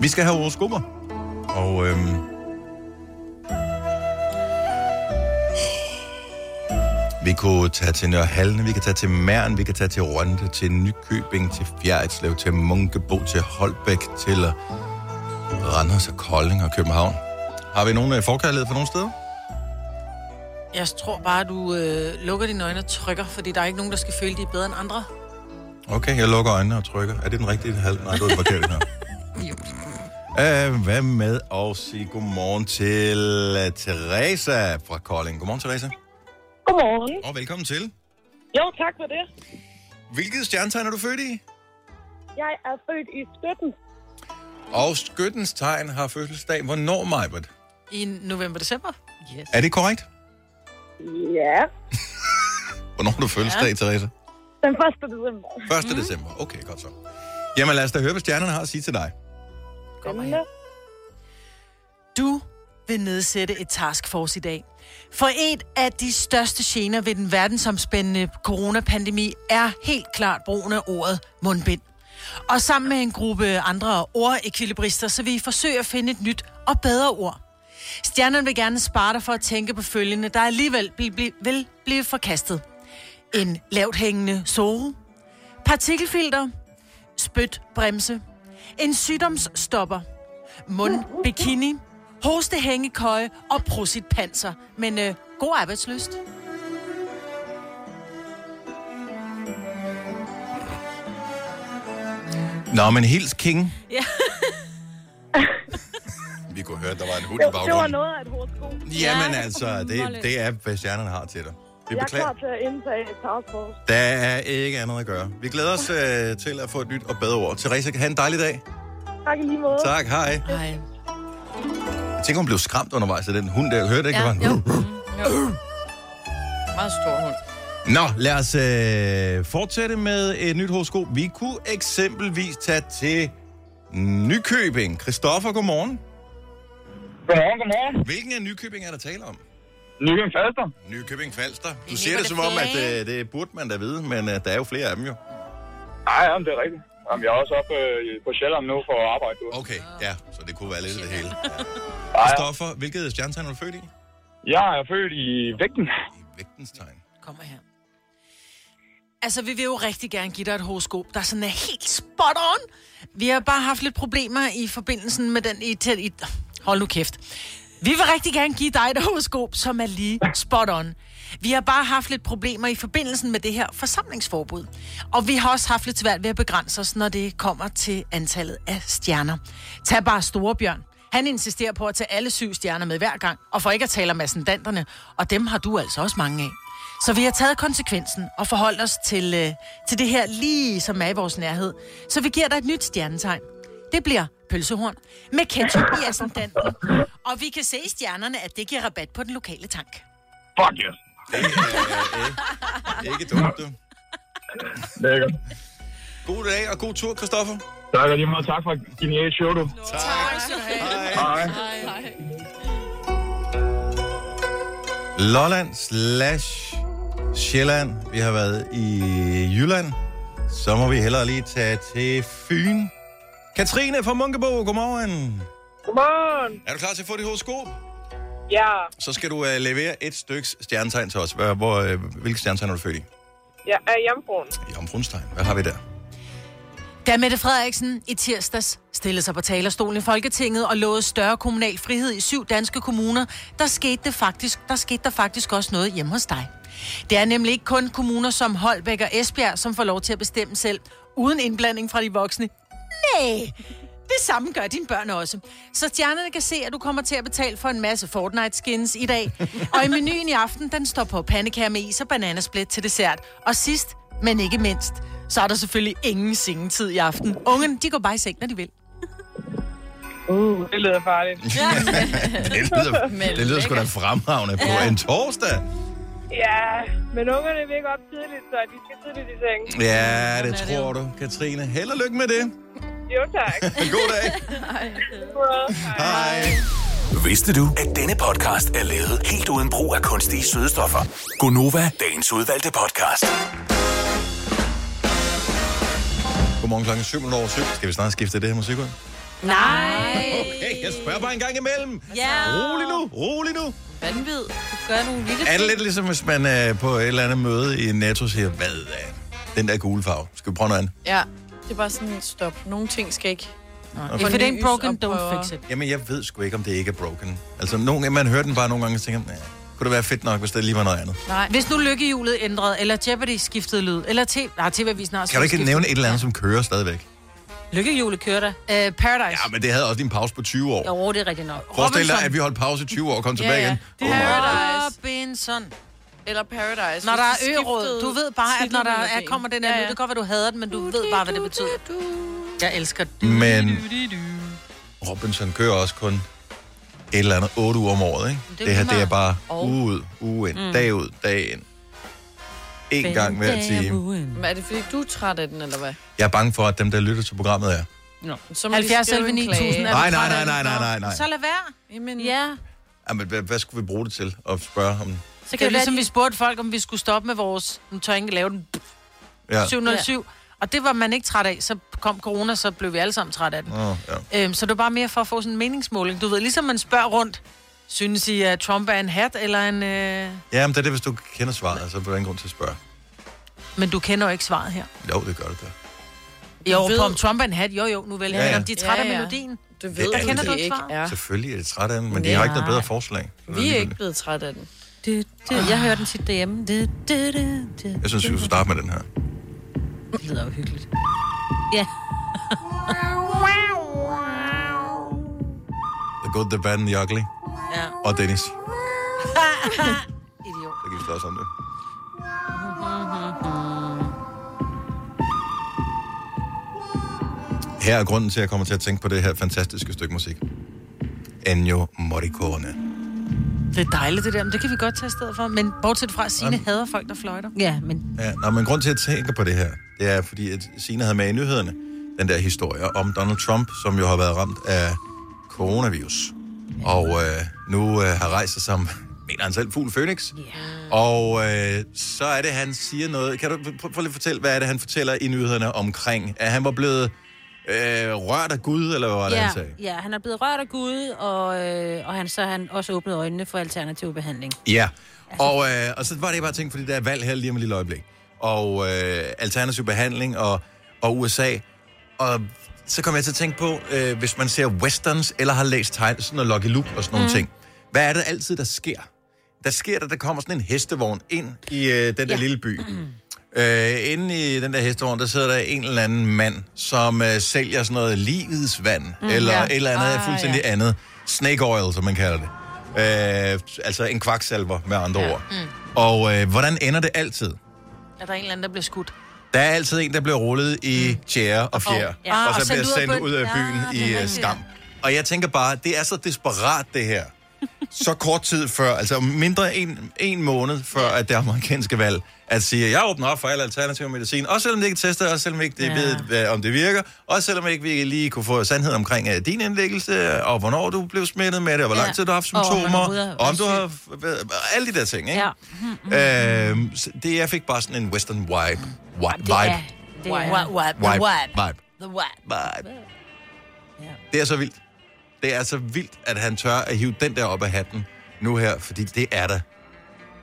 Speaker 1: Vi skal have horoskoper. Og øhm, vi kunne tage til Nørhalne, vi kan tage til Mærn, vi kan tage til Rønne, til Nykøbing, til Fjerritslev, til Munkebo, til Holbæk, til øh, Randers og Kolding og København. Har vi nogen øh, forkærlighed for nogle steder?
Speaker 2: Jeg tror bare, at du øh, lukker dine øjne og trykker, fordi der er ikke nogen, der skal føle, de er bedre end andre.
Speaker 1: Okay, jeg lukker øjnene og trykker. Er det den rigtige halv? Nej, du er den forkerte her. Uh, hvad med at sige godmorgen til uh, Teresa fra Kolding. Godmorgen, Teresa.
Speaker 14: Godmorgen.
Speaker 1: Og velkommen til.
Speaker 14: Jo, tak for det.
Speaker 1: Hvilket stjernetegn er du født i?
Speaker 14: Jeg er født i Støtten
Speaker 1: Og skyttens tegn har fødselsdag. Hvornår, Majbert?
Speaker 2: I november-december? Yes.
Speaker 1: Er det korrekt?
Speaker 14: Ja,
Speaker 1: Hvornår har du fødselsdag, ja. Teresa?
Speaker 14: den 1. december.
Speaker 1: 1. Mm. december. Okay, godt så. Jamen lad os da høre, hvad stjernerne har at sige til dig.
Speaker 14: Spændende.
Speaker 2: Du vil nedsætte et taskforce i dag. For et af de største gener ved den verdensomspændende coronapandemi er helt klart brugen af ordet mundbind. Og sammen med en gruppe andre ordekvilibrister, så vil I forsøge at finde et nyt og bedre ord. Stjernerne vil gerne spare dig for at tænke på følgende, der alligevel bl- bl- vil blive forkastet. En lavt hængende sore, partikelfilter, spytbremse, en sygdomsstopper, mund, bikini, hoste, hængekøje og prosit panser. Men øh, god arbejdsløst.
Speaker 1: Nå, men hils King.
Speaker 2: Ja.
Speaker 1: Vi kunne høre, at der var en hund
Speaker 14: Det,
Speaker 1: i
Speaker 14: det var
Speaker 1: baggrunden.
Speaker 14: noget af et horoskop.
Speaker 1: Jamen altså, det, det er, hvad stjernerne har til dig. Vi
Speaker 14: Jeg er
Speaker 1: beklager.
Speaker 14: klar til at indtage et taskforce.
Speaker 1: Der er ikke andet at gøre. Vi glæder os øh, til at få et nyt og bedre ord. Teresa, have en dejlig dag.
Speaker 14: Tak i lige måde.
Speaker 1: Tak, hej.
Speaker 2: Hej.
Speaker 1: Jeg tænker, hun blev skræmt undervejs af den hund der. Hørte ikke,
Speaker 5: Ja,
Speaker 1: ja,
Speaker 5: jo. Mm,
Speaker 1: var
Speaker 5: Jo. Meget stor hund.
Speaker 1: Nå, lad os øh, fortsætte med et nyt horoskop. Vi kunne eksempelvis tage til Nykøbing. Christoffer, godmorgen.
Speaker 15: Godmorgen, godmorgen.
Speaker 1: Hvilken af Nykøbing er der tale om?
Speaker 15: Nykøbing Falster.
Speaker 1: Nykøbing Falster. Du siger det som om, at øh, det burde man da vide, men øh, der er jo flere af dem jo.
Speaker 15: Nej, jamen, det er rigtigt. Jamen, jeg er også oppe øh, på Sjælland nu for at arbejde. Du.
Speaker 1: Okay, ja. Så det kunne være lidt af det hele. Ja. Christoffer, hvilket stjernetegn er du født i?
Speaker 15: Jeg er født i vægten.
Speaker 1: Vægtens tegn.
Speaker 2: Kommer her. Altså, vi vil jo rigtig gerne give dig et horoskop, der sådan er helt spot on. Vi har bare haft lidt problemer i forbindelsen med den i... til- i hold nu kæft. Vi vil rigtig gerne give dig et horoskop, som er lige spot on. Vi har bare haft lidt problemer i forbindelsen med det her forsamlingsforbud. Og vi har også haft lidt svært ved at begrænse os, når det kommer til antallet af stjerner. Tag bare Storebjørn. Han insisterer på at tage alle syv stjerner med hver gang, og for ikke at tale om ascendanterne, og dem har du altså også mange af. Så vi har taget konsekvensen og forholdt os til, øh, til det her lige som er i vores nærhed. Så vi giver dig et nyt stjernetegn. Det bliver pølsehorn med ketchup i ascendanten. Og vi kan se i stjernerne, at det giver rabat på den lokale tank.
Speaker 15: Fuck yes.
Speaker 1: øh, Ikke dumt, du.
Speaker 15: Lækkert.
Speaker 1: God dag og god tur, Christoffer.
Speaker 15: Tak og lige meget. Tak for et genialt show, du.
Speaker 2: Tak skal du have.
Speaker 15: Hej.
Speaker 2: Hej.
Speaker 1: Lolland slash Sjælland. Vi har været i Jylland. Så må vi hellere lige tage til Fyn. Katrine fra Munkebo, godmorgen.
Speaker 14: Godmorgen.
Speaker 1: Er du klar til at få dit horoskop?
Speaker 14: Ja,
Speaker 1: Så skal du uh, levere et styks stjernetegn til os. Hvor, hvor, uh, hvilket stjernetegn er du født i?
Speaker 14: jeg er hjemmefruen.
Speaker 1: Jomfruenstegn. Hvad har vi der?
Speaker 2: Da Mette Frederiksen i tirsdags stillede sig på talerstolen i Folketinget og lovede større kommunal frihed i syv danske kommuner, der skete, det faktisk, der skete der faktisk også noget hjemme hos dig. Det er nemlig ikke kun kommuner som Holbæk og Esbjerg, som får lov til at bestemme selv, uden indblanding fra de voksne. Nej, det samme gør dine børn også. Så stjernerne kan se, at du kommer til at betale for en masse Fortnite-skins i dag. Og i menuen i aften, den står på pandekager med is og bananasplit til dessert. Og sidst, men ikke mindst, så er der selvfølgelig ingen sengetid i aften. Ungen, de går bare i seng, når de vil.
Speaker 14: Uh, det lyder farligt.
Speaker 2: Ja.
Speaker 1: Det lyder, det lyder sgu da fremragende på en torsdag.
Speaker 14: Ja, men ungerne vil ikke op tidligt, så de skal tidligt i seng.
Speaker 1: Ja, det tror du, Katrine. Held og lykke med det.
Speaker 14: Jo, tak.
Speaker 1: God dag.
Speaker 14: Hej.
Speaker 6: Vidste du, at denne podcast er lavet helt uden brug af kunstige sødestoffer? Gonova, dagens udvalgte podcast.
Speaker 1: Godmorgen klokken 7 over 7. Skal vi snart skifte det her musik ud?
Speaker 2: Nej.
Speaker 1: Okay, jeg spørger bare en gang imellem.
Speaker 2: Ja.
Speaker 1: Rolig nu, rolig nu.
Speaker 2: Vanvid. Du gør nogle vilde
Speaker 1: Er det
Speaker 2: ting.
Speaker 1: lidt ligesom, hvis man er på et eller andet møde i Netto og siger, hvad er den der gule farve? Skal vi prøve noget andet?
Speaker 5: Ja, det er bare sådan, stop. Nogle ting skal ikke.
Speaker 1: Okay.
Speaker 5: fornyes
Speaker 2: If it ain't broken,
Speaker 5: og
Speaker 2: don't
Speaker 5: prøver.
Speaker 2: fix it.
Speaker 1: Jamen, jeg ved sgu ikke, om det ikke er broken. Altså, nogle, man hører den bare nogle gange og tænker, "Næh, kunne det være fedt nok, hvis det lige var noget andet?
Speaker 2: Nej. Hvis nu lykkehjulet ændrede, eller Jeopardy skiftede lyd, eller TV... Nej, TV-avisen har også
Speaker 1: Kan du ikke
Speaker 2: skiftet.
Speaker 1: nævne et eller andet, som kører stadigvæk?
Speaker 2: Lykkehjulet kører da. Uh, Paradise.
Speaker 1: Ja, men det havde også din pause på 20 år.
Speaker 2: Jo, det er rigtigt nok.
Speaker 1: Forestil dig, at vi holdt pause i 20 år og kom tilbage igen.
Speaker 2: Det
Speaker 1: Åh, nej.
Speaker 2: er Robinson.
Speaker 5: Eller Paradise. Hvis
Speaker 2: Når der er
Speaker 5: de skiftede
Speaker 2: øråd, du ved bare, at når der er,
Speaker 5: titelmelodien.
Speaker 2: kommer den her
Speaker 5: Ja,
Speaker 2: lyd,
Speaker 5: ja.
Speaker 2: det kan godt være, du hader den, men du ved bare, hvad det betyder. Jeg elsker det.
Speaker 1: Men Robinson kører også kun et eller andet otte uger om året, ikke?
Speaker 2: Det
Speaker 1: Det,
Speaker 2: er
Speaker 1: det her,
Speaker 2: lige
Speaker 1: det er
Speaker 2: meget.
Speaker 1: bare
Speaker 5: Og-
Speaker 1: uge ud, uge ind,
Speaker 5: Mm.
Speaker 1: dag ud, dag ind. En gang hver time.
Speaker 5: Men er det fordi, du er træt af den, eller hvad?
Speaker 1: Jeg er bange for, at dem, der lytter til programmet, er.
Speaker 5: No. Så må de
Speaker 2: 70
Speaker 5: skrive
Speaker 2: 11
Speaker 5: en
Speaker 2: 9000
Speaker 5: klage.
Speaker 2: er
Speaker 1: Nej, nej, nej, nej, nej, nej, nej.
Speaker 2: Så lad være. Jamen, ja.
Speaker 1: Jamen, hvad, hvad skulle vi bruge det til at spørge om?
Speaker 2: Så kan det er ligesom, vi spurgte folk, om vi skulle stoppe med vores... Nu tør jeg ikke lave den.
Speaker 1: Ja.
Speaker 2: 707. Og det var man ikke træt af. Så kom corona, så blev vi alle sammen træt af den.
Speaker 1: Åh, ja.
Speaker 2: Øhm, så det er bare mere for at få sådan en meningsmåling. Du ved, ligesom man spørger rundt, synes I, at Trump er en hat eller en... Øh...
Speaker 1: Jamen, det er det, hvis du kender svaret, så er der ingen grund til at spørge.
Speaker 2: Men du kender jo ikke svaret her.
Speaker 1: Jo, det gør det da.
Speaker 2: Jo,
Speaker 5: ved-
Speaker 2: på om Trump er en hat, jo jo, nu vel.
Speaker 1: Ja, ja.
Speaker 2: Ja, ja. Om de er trætte
Speaker 5: Ja,
Speaker 2: af
Speaker 5: ja.
Speaker 2: melodien.
Speaker 5: Du
Speaker 1: Det
Speaker 5: ved,
Speaker 1: er
Speaker 5: at
Speaker 1: det
Speaker 5: det, det
Speaker 1: ikke.
Speaker 5: ikke er.
Speaker 1: Selvfølgelig er det træt af den, men de har ikke noget bedre forslag.
Speaker 5: Vi er ikke blevet træt af den.
Speaker 4: Det, det, jeg hører den tit derhjemme. Det, det, det, det.
Speaker 1: Jeg synes, vi skulle starte med den her.
Speaker 4: Det lyder jo hyggeligt. Ja.
Speaker 1: The Good, The Bad and The Ugly.
Speaker 2: Ja.
Speaker 1: Og Dennis.
Speaker 2: Idiot.
Speaker 1: Så kan vi slå os om det. Her er grunden til, at jeg kommer til at tænke på det her fantastiske stykke musik. Ennio Morricone.
Speaker 2: Det er dejligt det der, men det kan vi godt tage afsted for. Men bortset fra, at Signe
Speaker 1: Jamen.
Speaker 2: hader folk, der fløjter.
Speaker 4: Ja, men...
Speaker 1: Ja, nå, men grund til, at jeg tænker på det her, det er, fordi at Sina havde med i nyhederne den der historie om Donald Trump, som jo har været ramt af coronavirus. Og øh, nu øh, har rejst sig som, mener han selv, fugl Phoenix. Og øh, så er det, han siger noget. Kan du pr- prøve lige at fortælle, hvad er det, han fortæller i nyhederne omkring? At han var blevet øh, rørt af Gud, eller hvad var det,
Speaker 4: ja,
Speaker 1: han sagde?
Speaker 4: ja, han er blevet rørt af Gud, og, øh, og han, så har han også åbnet øjnene for alternativ behandling.
Speaker 1: Ja, og, øh, og så var det jeg bare tænkt, fordi der er valg her lige om et lille øjeblik. Og øh, alternativ behandling og, og USA. Og så kom jeg til at tænke på, øh, hvis man ser westerns, eller har læst tegn, sådan noget Lucky Luke og sådan nogle
Speaker 6: Mm.
Speaker 1: ting. Hvad er det altid, der sker? Der sker der, der kommer sådan en hestevogn ind i øh, den der ja. lille by. Øh, inde i den der hestevogn, der sidder der en eller anden mand, som øh, sælger sådan noget livets vand, mm,
Speaker 6: Mm,
Speaker 1: eller
Speaker 6: ja.
Speaker 1: et eller andet
Speaker 6: Ah,
Speaker 1: ah, fuldstændig
Speaker 6: ja.
Speaker 1: ja. andet. Snake oil, som man kalder det. Øh, altså en kvaksalver, med andre ja. ord.
Speaker 2: Mm.
Speaker 1: Og øh, hvordan ender det altid?
Speaker 2: Er der en eller anden, der bliver skudt?
Speaker 1: Der er altid en, der bliver rullet i tjære og fjer,
Speaker 2: Og-
Speaker 1: og,
Speaker 2: ja.
Speaker 1: ja.
Speaker 2: Mm. Ah, Og
Speaker 1: og så
Speaker 2: sendt ud
Speaker 1: bliver
Speaker 2: af
Speaker 1: sendt
Speaker 2: byen.
Speaker 1: ud af
Speaker 2: Ja,
Speaker 1: byen
Speaker 2: det er
Speaker 1: i øh,
Speaker 2: rigtigt.
Speaker 1: skam. Og jeg tænker bare, det er så desperat, det her. Så kort tid før, altså mindre end en måned før, at det amerikanske valg, at sige, jeg åbner op for alle alternative medicin, også selvom det ikke er testet, også selvom ikke det ja. ved, hvad- om det virker, også selvom ikke vi lige kunne få sandhed omkring uh, din indlæggelse, og hvornår du blev smittet med det, og hvor lang tid du har haft
Speaker 6: Og om man
Speaker 1: symptomer,
Speaker 6: overhovedet har
Speaker 1: og om du har... f- Alle de der ting, ikke?
Speaker 2: Mm.
Speaker 1: Ja. Øhm, så det, jeg fik bare sådan en western vibe. Vibe.
Speaker 2: Ah, Det er-
Speaker 1: vibe.
Speaker 2: det er- Wipe, wipe, the
Speaker 1: Vibe.
Speaker 2: wipe.
Speaker 1: Vibe.
Speaker 2: The wipe.
Speaker 1: Vibe. Det er så vildt. Det er så vildt, at han tør at hive den der op af hatten nu her, fordi det er der.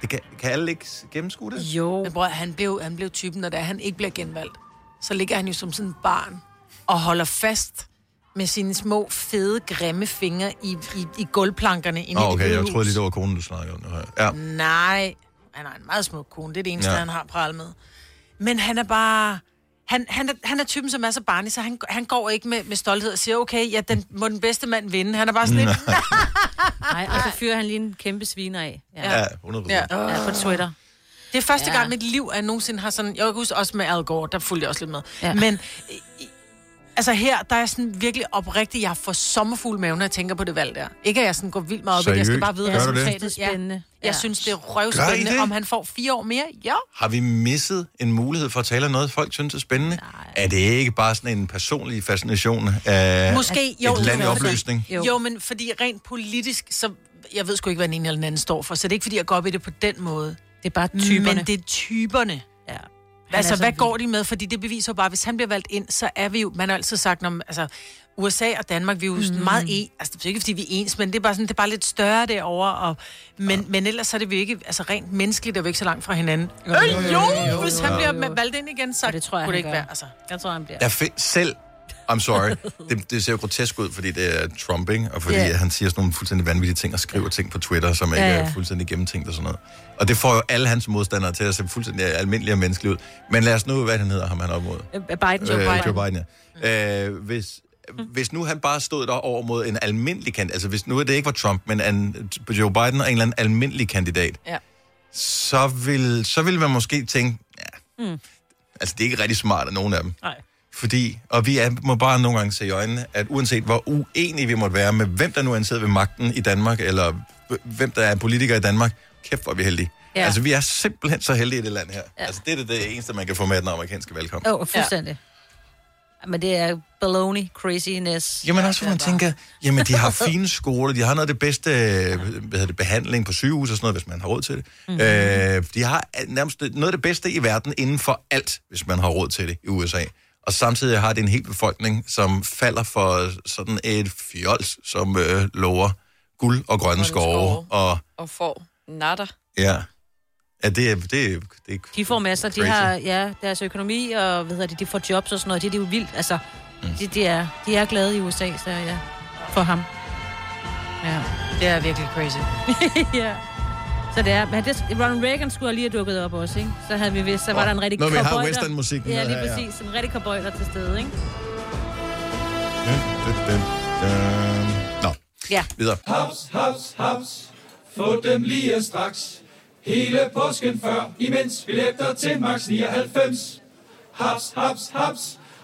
Speaker 1: Det kan, kan alle ikke s- gennemskue det?
Speaker 4: Jo.
Speaker 2: Men bror, han blev, han blev typen, når det er, han ikke bliver genvalgt. Så ligger han jo som sådan et barn og holder fast med sine små, fede, grimme fingre i, i, i gulvplankerne inde i
Speaker 1: Nå,
Speaker 2: det
Speaker 1: okay,
Speaker 2: hvide
Speaker 1: jeg
Speaker 2: hus.
Speaker 1: troede lige, det var konen, du snakkede om nu her. Ja.
Speaker 2: Nej. Han har en meget smuk kone. Det er det eneste,
Speaker 1: Ja.
Speaker 2: ja. han har pral med. Men han er bare... Han, han, er, han er typen, som er så barnlig, så han, han går ikke med, med stolthed og siger, okay, ja, den, må den bedste mand vinde. Han er bare sådan lidt...
Speaker 4: Nej, og så fyrer han lige en kæmpe sviner af.
Speaker 1: Ja, 100%.
Speaker 2: Ja.
Speaker 4: Ja, på Twitter.
Speaker 2: Det er første
Speaker 4: Ja.
Speaker 2: ja. gang i mit liv, at jeg nogensinde har sådan... Jeg kan huske også med Al Gore, der fulgte jeg også lidt med. Ja. Men i- i- altså her, der er jeg sådan virkelig oprigtig. Jeg får sommerfugle maven, når jeg tænker på det valg der. Ikke at jeg sådan går vildt meget op i det. Jeg skal
Speaker 1: Seriøst?
Speaker 2: bare vide
Speaker 1: Gør du det?
Speaker 4: Det er spændende.
Speaker 2: Ja. Jeg
Speaker 4: Ja.
Speaker 2: synes, det er
Speaker 1: Gør I
Speaker 2: røvspændende,
Speaker 1: det?
Speaker 2: om han får fire år mere. Ja.
Speaker 1: Har vi misset en mulighed for at tale om noget, folk synes er spændende? Nej. Er det ikke bare sådan en personlig fascination af
Speaker 2: Måske,
Speaker 1: et
Speaker 2: jo.
Speaker 1: land i
Speaker 2: fordi-
Speaker 1: opløsning?
Speaker 2: Jo. men fordi rent politisk, så jeg ved sgu ikke, hvad den ene eller den anden står for, så det er ikke, fordi jeg går op i det på den måde.
Speaker 4: Det er bare typerne.
Speaker 2: Men det er typerne.
Speaker 4: Ja.
Speaker 2: altså,
Speaker 4: er
Speaker 2: hvad
Speaker 4: sådan
Speaker 2: går de med? Fordi det beviser jo bare, at hvis han bliver valgt ind, så er vi jo, man har altid sagt, om, altså, USA og Danmark, vi er jo mm. meget e, altså det er jo ikke, fordi vi er ens, men det er bare, sådan, det er bare lidt større derovre, og, men, ja. men ellers er det vi ikke, altså rent menneskeligt er vi ikke så langt fra hinanden. Øh, jo, jo, jo, jo, hvis han
Speaker 1: jo,
Speaker 2: bliver
Speaker 1: jo.
Speaker 2: valgt ind igen, så det tror jeg, kunne det ikke være, altså.
Speaker 4: Jeg tror, han bliver.
Speaker 1: Der find, selv, I'm sorry, det, det ser jo grotesk ud, fordi det er Trump, ikke? Og fordi
Speaker 4: Ja.
Speaker 1: yeah. han siger sådan nogle fuldstændig vanvittige ting og skriver ting på Twitter, som ikke
Speaker 4: Ja,
Speaker 1: yeah.
Speaker 4: ja.
Speaker 1: er fuldstændig gennemtænkt og sådan noget. Og det får jo alle hans modstandere til at se fuldstændig almindelige og menneskelige ud. Men lad os nu, hvad han hedder, ham han er op mod.
Speaker 4: Øh, Biden, Joe Biden.
Speaker 1: Joe Biden, ja. Øh, hvis, hvis nu han bare stod der over mod en almindelig kandidat, altså hvis nu det ikke var Trump, men en, Joe Biden og en eller anden almindelig kandidat,
Speaker 5: Ja.
Speaker 1: så vil, så vil man måske tænke,
Speaker 4: Mm.
Speaker 1: altså det er ikke rigtig smart af nogen af dem.
Speaker 4: Nej.
Speaker 1: Fordi, og vi er, må bare nogle gange se i øjnene, at uanset hvor uenige vi måtte være med, hvem der nu er sidder ved magten i Danmark, eller h- hvem der er politiker i Danmark, kæft hvor er vi heldige.
Speaker 4: Ja.
Speaker 1: Ja. Altså, vi er simpelthen så heldige i det land her. Ja. Altså, det er det, det eneste, man kan få med af den amerikanske valgkamp.
Speaker 4: Åh, oh, fuldstændig. Ja. Men det er baloney, craziness.
Speaker 1: Jamen også, hvor man tænker, jamen de har fine skoler, de har noget af det bedste øh, hvad hedder det, behandling på sygehus og sådan noget, hvis man har råd til det.
Speaker 4: Mhm.
Speaker 1: Mm-hmm. Øh, de har øh, nærmest noget af det bedste i verden inden for alt, hvis man har råd til det i USA. Og samtidig har det en hel befolkning, som falder for sådan et fjols, som øh, lover guld og grønne skove. Og
Speaker 5: Og får natter.
Speaker 1: ja, ja det, er- det, er- det er
Speaker 4: De får masser, de
Speaker 1: Crazy.
Speaker 4: har ja, deres økonomi, og hvad hedder det, de får jobs og sådan noget. Det, det er jo vildt, altså. Mm. De, de, er, de er glade i USA, så ja, for ham. Ja.
Speaker 2: Det er virkelig crazy.
Speaker 4: ja. Så det er, men det, Ronald Reagan skulle lige have dukket op også, ikke? Så havde vi vist, så var
Speaker 1: Åh,
Speaker 4: der en rigtig
Speaker 1: når vi har
Speaker 4: cowboy der-
Speaker 1: westernmusikken
Speaker 4: Ja,
Speaker 1: med
Speaker 4: lige
Speaker 1: her, ja.
Speaker 4: præcis. En rigtig cowboy der til stede, ikke?
Speaker 1: Nå,
Speaker 4: Ja.
Speaker 1: videre.
Speaker 8: Haps, haps, haps. Få dem lige straks. Hele påsken før, imens billetter til max 99. Haps, haps, haps.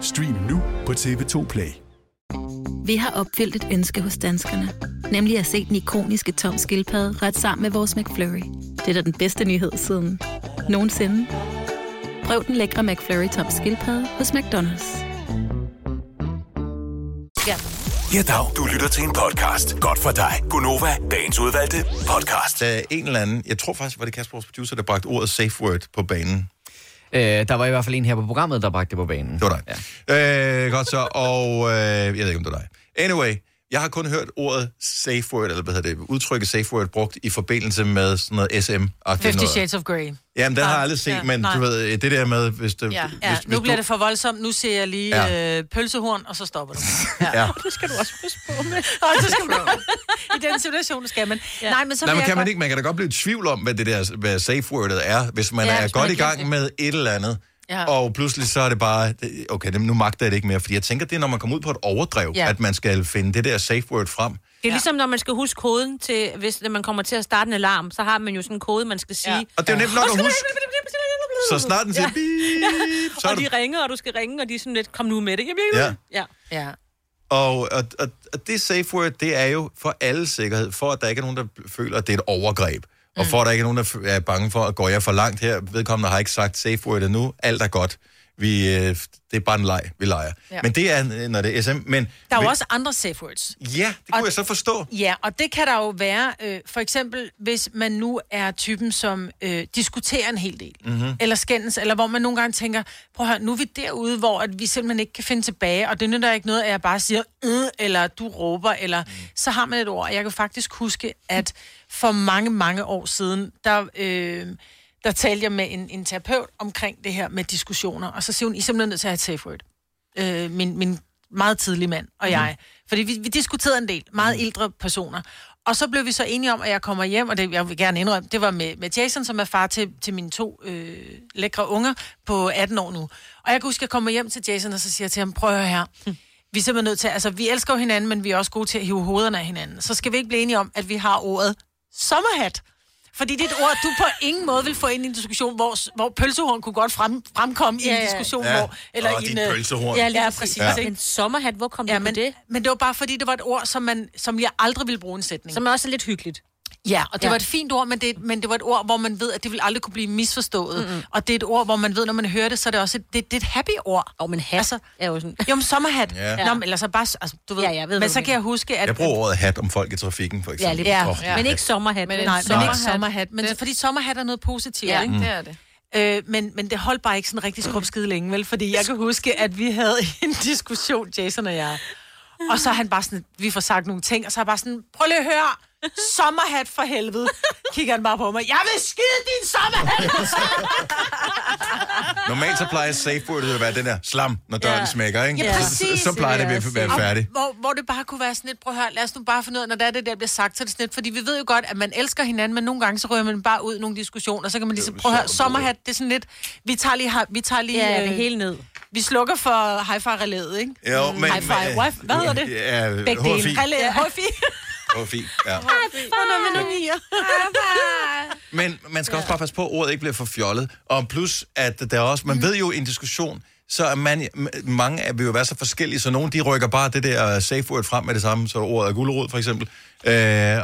Speaker 6: Stream nu på TV2 Play.
Speaker 16: Vi har opfyldt et ønske hos danskerne. Nemlig at se den ikoniske tom skildpadde ret sammen med vores McFlurry. Det er da den bedste nyhed siden nogensinde. Prøv den lækre McFlurry tom skildpadde hos McDonald's.
Speaker 4: Ja.
Speaker 6: Ja, dag. Du lytter til en podcast. Godt for dig. Gunova, dagens udvalgte podcast.
Speaker 1: Der er en eller anden, jeg tror faktisk, var det Kasper, vores producer, der bragte ordet safe word på banen.
Speaker 17: Øh, der var i hvert fald en her på programmet, der bragte det på banen. Det
Speaker 1: var dig. Ja. Øh, godt så, og øh, jeg ved ikke, om det er dig. Anyway, jeg har kun hørt ordet safe word, eller hvad hedder det, udtrykket safe word, brugt i forbindelse med sådan noget SM.
Speaker 2: Fifty Shades of Grey.
Speaker 1: Jamen, den har jeg aldrig set,
Speaker 2: Ja,
Speaker 1: men
Speaker 2: nej.
Speaker 1: du ved, øh, det der med, hvis det...
Speaker 2: Ja,
Speaker 1: hvis,
Speaker 2: ja.
Speaker 1: hvis
Speaker 2: nu bliver
Speaker 1: du,
Speaker 2: det for voldsomt. Nu ser jeg lige
Speaker 1: Ja.
Speaker 2: ja. øh, pølsehorn, og så stopper du.
Speaker 1: Ja.
Speaker 2: Det skal du også passe på med. Og så skal du, I den situation skal man. Ja. Nej, men så
Speaker 1: Nej,
Speaker 2: vil
Speaker 1: men
Speaker 2: jeg
Speaker 1: kan man
Speaker 2: godt-
Speaker 1: ikke, man kan da godt blive i tvivl om, hvad det der hvad safe wordet er, hvis man
Speaker 2: Ja,
Speaker 1: ja, er
Speaker 2: hvis
Speaker 1: godt
Speaker 2: man
Speaker 1: i
Speaker 2: har
Speaker 1: gang
Speaker 2: glemt
Speaker 1: med et eller andet,
Speaker 2: Ja.
Speaker 1: ja. og pludselig så er det bare, det- okay, det- nu magter jeg det ikke mere, fordi jeg tænker, det er, når man kommer ud på et overdrev,
Speaker 4: Ja.
Speaker 1: ja. at man skal finde det der safe word frem.
Speaker 4: Det er ligesom, når man skal huske koden til, hvis når man kommer til at starte en alarm, så har man jo sådan en kode, man skal sige. Ja.
Speaker 1: Og det er jo nemt nok at huske. Så snart den siger,
Speaker 4: ja.
Speaker 1: så er
Speaker 4: Og de ringer, og du skal ringe, og de er sådan lidt, kom nu med det. Jamen,
Speaker 1: Ja.
Speaker 4: ja.
Speaker 2: ja.
Speaker 1: Og, og, og, og det safe word, det er jo for alle sikkerhed, for at der ikke er nogen, der føler, at det er et overgreb. Og
Speaker 2: Mm.
Speaker 1: for at der ikke er nogen, der f- er bange for, at går jeg for langt her, vedkommende har ikke sagt safe word endnu, alt er godt. Vi, øh, det er bare en leg, vi leger.
Speaker 2: Ja.
Speaker 1: Ja. Men det er, øh, når det er SM. Men,
Speaker 2: Der er jo
Speaker 1: vi-
Speaker 2: også andre safe words.
Speaker 1: Ja, det kunne jeg så forstå.
Speaker 2: Ja, og det kan der jo være, øh, for eksempel, hvis man nu er typen, som øh, diskuterer en hel del,
Speaker 1: Mm. Mm-hmm.
Speaker 7: Mhm.
Speaker 2: eller skændes, eller hvor man nogle gange tænker, prøv at høre, nu er vi derude, hvor at vi simpelthen ikke kan finde tilbage, og det nytter ikke noget, at jeg bare siger, øh, eller du råber, eller så har man et ord. Jeg kan faktisk huske, at for mange, mange år siden, der... Øh, der talte jeg med en, en terapeut omkring det her med diskussioner, og så siger hun, I er simpelthen nødt til at have et safe word. Øh, min, min meget tidlige mand og jeg. Mm. Fordi vi, vi diskuterede en del, meget ældre personer. Og så blev vi så enige om, at jeg kommer hjem, og det jeg vil gerne indrømme, det var med, med Jason, som er far til, til mine to øh, lækre unger på 18 år nu. Og jeg kan huske, at jeg kommer hjem til Jason, og så siger jeg til ham, prøv at høre her. Vi er simpelthen nødt til, altså vi elsker jo hinanden, men vi er også gode til at hive hovederne af hinanden. Så skal vi ikke blive enige om, at vi har ordet sommerhat. Fordi det er et ord, du på ingen måde vil få ind i en diskussion, hvor, hvor pølsehorn kunne godt frem, fremkomme ja, i en diskussion,
Speaker 1: Ja.
Speaker 2: hvor...
Speaker 1: Åh, dit
Speaker 2: øh,
Speaker 1: pølsehorn.
Speaker 2: Ja, lige præcis.
Speaker 1: Ja.
Speaker 2: Ja. Ikke?
Speaker 4: En sommerhat, hvor kom ja,
Speaker 2: Ja,
Speaker 4: du
Speaker 2: men,
Speaker 4: men... på det?
Speaker 2: men det var bare fordi, det var et ord, som, man, som jeg aldrig ville bruge i en sætning.
Speaker 4: Som også er lidt hyggeligt.
Speaker 2: Ja, og det
Speaker 4: Ja.
Speaker 2: ja. var et fint ord, men det, men det var et ord, hvor man ved, at det vil aldrig kunne blive misforstået.
Speaker 4: Mm-mm.
Speaker 2: Mm-hmm. Og det er et ord, hvor man ved, når man hører det, så er det også et, det, det er et happy ord.
Speaker 4: Og men hat altså, er jo sådan...
Speaker 2: Jo, men sommerhat.
Speaker 1: Ja.
Speaker 2: Ja. Nå, men eller så bare, altså, du ved.
Speaker 4: Ja, jeg ved, hvad
Speaker 2: men
Speaker 4: du
Speaker 2: så kan
Speaker 4: mener.
Speaker 2: jeg huske, at...
Speaker 1: Jeg bruger ordet hat om folk i trafikken, for
Speaker 2: Ja,
Speaker 1: eksempel.
Speaker 2: lige ja.
Speaker 1: Åh,
Speaker 2: ja. sommerhat. Men,
Speaker 4: en
Speaker 2: nej, men ikke
Speaker 4: sommerhat.
Speaker 2: sommerhat. Men, fordi sommerhat er noget positivt,
Speaker 4: Ja,
Speaker 2: ikke?
Speaker 4: det er
Speaker 2: det. Øh, men, men det holdt bare ikke sådan rigtig skide længe, vel? Fordi jeg kan huske, at vi havde en diskussion, Jason og jeg. Og så er han bare sådan, vi får sagt nogle ting, og så er jeg bare sådan, prøv lige at høre, sommerhat for helvede. Kigger han bare på mig, jeg vil skide din sommerhat!
Speaker 1: Normalt så plejer safe wordet at være den der slam, når døren smækker, ikke?
Speaker 2: Ja,
Speaker 1: Så,
Speaker 2: præcis.
Speaker 1: så, så plejer det at være- være færdigt.
Speaker 2: Og Hvor, hvor det bare kunne være sådan lidt, prøv at høre, lad os nu bare finde ud af, når der er det der bliver sagt, så er det sådan lidt, fordi vi ved jo godt, at man elsker hinanden, men nogle gange så rører man bare ud i nogle diskussioner, så kan man ligesom, prøv at høre, sommerhat, det er sådan lidt, vi tager lige, har- vi tager lige
Speaker 4: Ja, det
Speaker 2: øh,
Speaker 4: hele ned.
Speaker 2: Vi slukker for high five relæet, ikke?
Speaker 1: Jo, men-
Speaker 2: High five,
Speaker 1: men-
Speaker 2: wife, hvad hedder det?
Speaker 1: Ja,
Speaker 2: Begge
Speaker 1: HFI.
Speaker 2: dele. Relæet, ja. HFI.
Speaker 1: Det var fint, ja.
Speaker 2: High five.
Speaker 1: Men man skal også bare passe på, at ordet ikke bliver for fjollet. Og plus, at der er også,
Speaker 2: Mm.
Speaker 1: man ved jo i en diskussion, så er man, m- mange af vil jo være så forskellige, så nogen de rykker bare det der safe word frem med det samme, så ordet er gulerod for eksempel. Øh,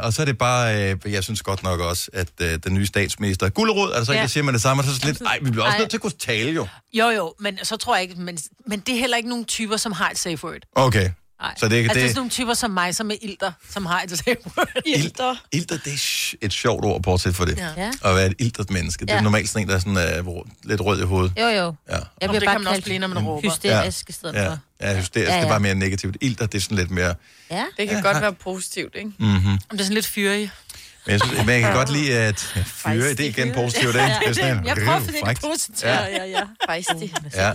Speaker 1: og så er det bare, øh, jeg synes godt nok også, at øh, den nye statsminister er gulerod, altså
Speaker 2: Ja.
Speaker 1: ikke siger man det samme, og så er det sådan lidt, ej, vi bliver også
Speaker 2: Ej.
Speaker 1: nødt til at kunne tale jo.
Speaker 2: Jo, jo, men så tror jeg ikke, men, men det er heller ikke nogen typer, som har et safe word.
Speaker 1: Okay.
Speaker 2: Nej.
Speaker 1: Så det,
Speaker 2: altså, det... er
Speaker 1: det,
Speaker 2: sådan nogle typer som mig, som er ilter, som har et safe word.
Speaker 1: Ilter. Ilter, det er sj- et sjovt ord, bortset for det.
Speaker 2: Ja.
Speaker 1: At være et iltert menneske. Det er
Speaker 4: Ja.
Speaker 1: normalt sådan en, der er sådan, øh, hvor- lidt rød i hovedet.
Speaker 4: Jo, jo.
Speaker 1: Ja.
Speaker 4: Jeg
Speaker 2: det
Speaker 4: bliver
Speaker 2: kan
Speaker 4: bare
Speaker 2: man også blive, når man råber.
Speaker 4: Hysterisk i stedet
Speaker 1: ja.
Speaker 4: for.
Speaker 1: Ja, hysterisk, ja,
Speaker 4: Ja,
Speaker 1: ja.
Speaker 4: ja.
Speaker 1: det var mere negativt. Ilter, det er sådan lidt mere...
Speaker 4: Ja.
Speaker 5: Det kan godt være positivt, ikke?
Speaker 1: Mm-hmm. Men,
Speaker 2: Om det er sådan lidt fyrig.
Speaker 1: jeg, synes, men jeg kan godt lide, at fyre det er igen positivt. Ikke? Det er sådan,
Speaker 2: Jeg prøver at finde
Speaker 1: frækt.
Speaker 2: det positivt.
Speaker 1: Ja.
Speaker 2: ja, ja. mm,
Speaker 5: Fejstig.
Speaker 1: Ja.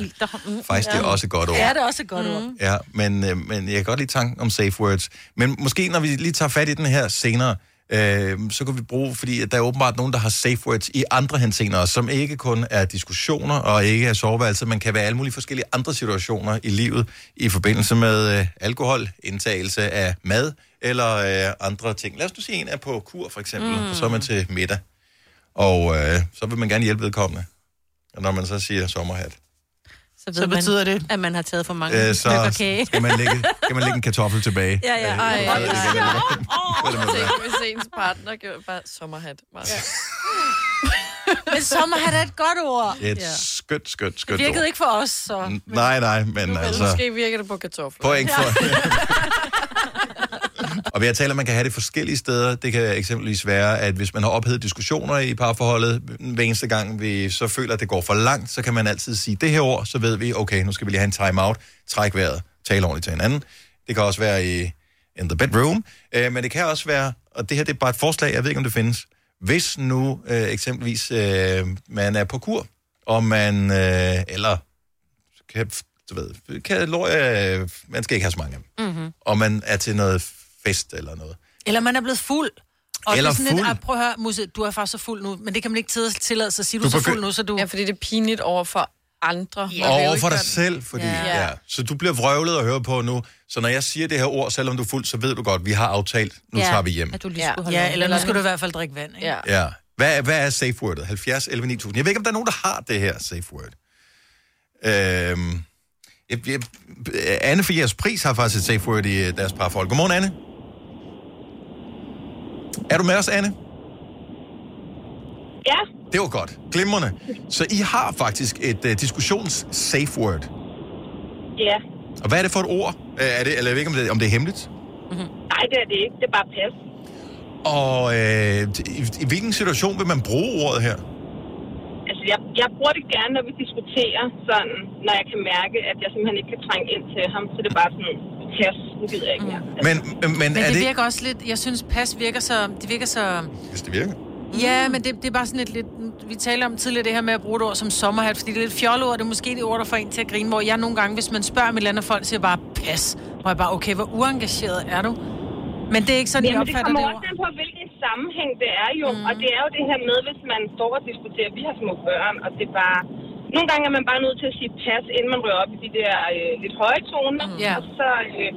Speaker 1: Faktisk, det er også et godt ord.
Speaker 2: Ja, det er også et godt ord.
Speaker 5: Mm.
Speaker 1: Ja, men, øh, men jeg kan godt lide tanken om safe words. Men måske, når vi lige tager fat i den her senere, øh, så kan vi bruge, fordi der er åbenbart nogen, der har safe words i andre henseender, som ikke kun er diskussioner og ikke er soveværelser, men kan være alle mulige forskellige andre situationer i livet i forbindelse med øh, alkohol, indtagelse af mad eller øh, andre ting. Lad os nu sige, en er på kur for eksempel, mm.
Speaker 18: Mm.
Speaker 1: og så er man til middag, og øh, så vil man gerne hjælpe vedkommende. Og når man så siger sommerhat,
Speaker 4: Så,
Speaker 2: Så betyder
Speaker 4: man, det... at man har taget for mange
Speaker 1: øh,
Speaker 4: øh,
Speaker 1: så
Speaker 4: stykker kage.
Speaker 1: skal man, lægge, skal man lægge en kartoffel tilbage.
Speaker 4: Ja, ja.
Speaker 1: Øh,
Speaker 4: Ej,
Speaker 1: hvor er det,
Speaker 4: hvor
Speaker 1: det
Speaker 4: sjovt.
Speaker 1: kan være. Hvad er det, man
Speaker 5: Tænk,
Speaker 1: gør?
Speaker 5: hvis ens partner gjorde bare sommerhat. Bare. Ja.
Speaker 2: Men sommerhat er et godt ord.
Speaker 1: Det er et skønt, skønt,
Speaker 2: Det
Speaker 1: skønt
Speaker 2: virkede
Speaker 1: ord.
Speaker 2: ikke for os, så...
Speaker 1: N- Nej, nej, men
Speaker 5: Altså,
Speaker 1: altså...
Speaker 5: Måske virker det på kartofler.
Speaker 1: Point for... og vi har talt om, at man kan have det forskellige steder. Det kan eksempelvis være, at hvis man har ophedet diskussioner i parforholdet, hver eneste gang vi så føler, at det går for langt, så kan man altid sige, det her år, så ved vi, okay, nu skal vi lige have en time-out, træk vejret, tale ordentligt til hinanden. Det kan også være i in the bedroom, øh, men det kan også være, og det her det er bare et forslag, jeg ved ikke, om det findes, hvis nu øh, eksempelvis øh, man er på kur, og man, øh, eller kan, du ved, kan, øh, man skal ikke have så mange af dem
Speaker 2: Mm-hmm.
Speaker 1: og man er til noget fest eller noget.
Speaker 2: Eller man er blevet fuld. Og
Speaker 1: Eller
Speaker 2: det er sådan
Speaker 1: fuld.
Speaker 2: Et, ah, prøv at høre, Musse, du er faktisk så fuld nu, men det kan man ikke tid- tillade sig at sige, du,
Speaker 1: Du
Speaker 2: er så
Speaker 1: begy-
Speaker 2: fuld nu, så du... Ja,
Speaker 5: fordi det er pinligt over for andre.
Speaker 1: Ja, og over for dig selv, fordi... Ja. Ja. Så du bliver vrøvlet at høre på nu. Så når jeg siger det her ord, selvom du er fuld, så ved du godt, vi har aftalt, nu ja. tager vi hjem.
Speaker 4: At du lige skulle holde
Speaker 2: Ja,
Speaker 4: øje.
Speaker 2: eller nu skal du i hvert fald drikke vand, ikke? Ja.
Speaker 1: Ja. Hvad, er- hvad er safe wordet? 70, 11, 9000. Jeg ved ikke, om der er nogen, der har det her safe word. Øhm, jeg, jeg, Anne for jeres pris har faktisk et safe word i øh, deres parforhold. Godmorgen, Anne. Er du med os, Anne?
Speaker 19: Ja,
Speaker 1: Det var godt. Glimrende. Så I har faktisk et uh, diskussions-safe word.
Speaker 14: Ja.
Speaker 1: Og hvad er det for et ord? Øh, er det, eller jeg ved ikke, om det, om det er hemmeligt?
Speaker 2: Mhm.
Speaker 14: Nej, det er det ikke. Det er bare pas.
Speaker 1: Og øh, i, i hvilken situation vil man bruge ordet her?
Speaker 14: Altså, jeg, jeg bruger det gerne, når vi diskuterer sådan, når jeg kan mærke, at jeg simpelthen ikke kan trænge ind til ham. Så det er bare sådan, pas, nu gider jeg ikke
Speaker 2: Mhm.
Speaker 14: mere.
Speaker 1: Men, men, men
Speaker 2: Men
Speaker 1: er
Speaker 2: det,
Speaker 1: det...
Speaker 2: virker også lidt... Jeg synes, pas virker så... Det virker så...
Speaker 1: Hvis det virker.
Speaker 2: Ja, men det, det er bare sådan lidt, lidt... Vi talte om tidligere det her med at bruge et ord som sommerhat, fordi det er lidt fjolleord. Det er måske det ord, der får en til at grine, hvor jeg nogle gange, hvis man spørger om et eller andet, folk siger bare, pas. Hvor jeg bare, okay, hvor uengageret er du? Men det er ikke sådan, jeg
Speaker 14: Jamen, det
Speaker 2: opfatter Mhm. det,
Speaker 14: kommer
Speaker 2: ord.
Speaker 14: også an på, hvilken sammenhæng det er jo. Mm. Og det er jo det her med, hvis man står og diskuterer, vi har små børn, og det er bare... Nogle gange er man bare nødt til at sige pas, inden man rører op i de der øh, lidt høje toner. Mm.
Speaker 2: Ja.
Speaker 14: Og så, øh,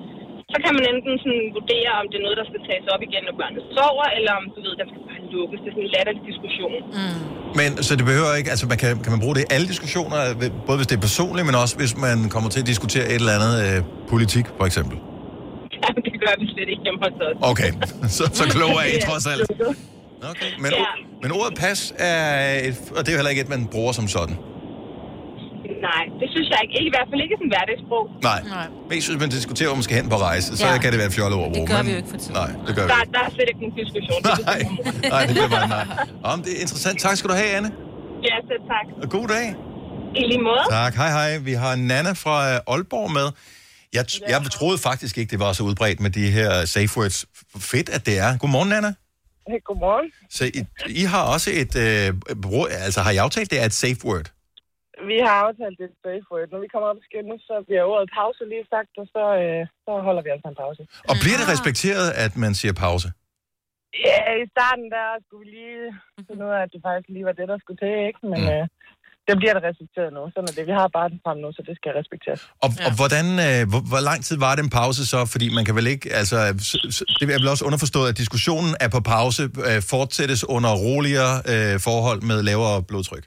Speaker 14: så kan man enten sådan vurdere, om det er noget, der skal tages op igen, når børnene sover, eller om du ved, den skal bare lukkes. Det er sådan en latterlig diskussion. Mm.
Speaker 1: Men så det behøver ikke, altså man kan, kan man bruge det i alle diskussioner, både hvis det er personligt, men også hvis man kommer til at diskutere et eller andet øh, politik, for eksempel.
Speaker 14: det gør vi slet ikke hjemme hos os.
Speaker 1: Okay, så, så kloge er I trods alt.
Speaker 14: Okay,
Speaker 1: Men, ja. men ordet pas er, et, og det er jo heller ikke et, man bruger som sådan.
Speaker 14: Nej, det synes jeg ikke. ikke I hvert fald ikke som hverdagssprog.
Speaker 1: Nej. Nej. Mest hvis man diskuterer, om man skal hen på rejse, så
Speaker 14: Ja.
Speaker 1: ja. kan det være et fjollet ord.
Speaker 14: Det
Speaker 1: at bruge,
Speaker 14: gør
Speaker 1: men-
Speaker 14: vi jo ikke for tiden.
Speaker 1: Nej, det gør vi
Speaker 14: Der,
Speaker 1: ikke.
Speaker 14: der er slet ikke en diskussion. Nej.
Speaker 1: Nej, det bliver bare nej. Om det er interessant. Tak skal du have, Anne.
Speaker 14: Ja, så tak.
Speaker 1: Og god dag.
Speaker 14: I lige måde.
Speaker 1: Tak. Hej, hej. Vi har Nana fra øh, Aalborg med. Jeg, t- jeg troede faktisk ikke, det var så udbredt med de her safe words. F- Fedt, at det er. Godmorgen, Nana.
Speaker 18: Hey, godmorgen.
Speaker 1: Så I, I har også et... Øh, brug, altså, har I aftalt, det er et safe word?
Speaker 18: Vi har aftalt det safe word. Når vi kommer op og skændes, så bliver ordet pause lige sagt, og så, øh, så holder vi altså en pause.
Speaker 1: Og bliver det respekteret, at man siger pause?
Speaker 18: Ja, i starten der skulle vi lige finde ud af, at det faktisk lige var det, der skulle til, ikke? Men mm. øh, det bliver der respekteret nu. Sådan er det. Vi har bare den frem nu, så det skal respekteres.
Speaker 1: Og, ja. og hvordan, øh, hvor, hvor lang tid var den pause så? Fordi man kan vel ikke, altså, s- s- det er vel også underforstået, at diskussionen er på pause, øh, fortsættes under roligere øh, forhold med lavere blodtryk.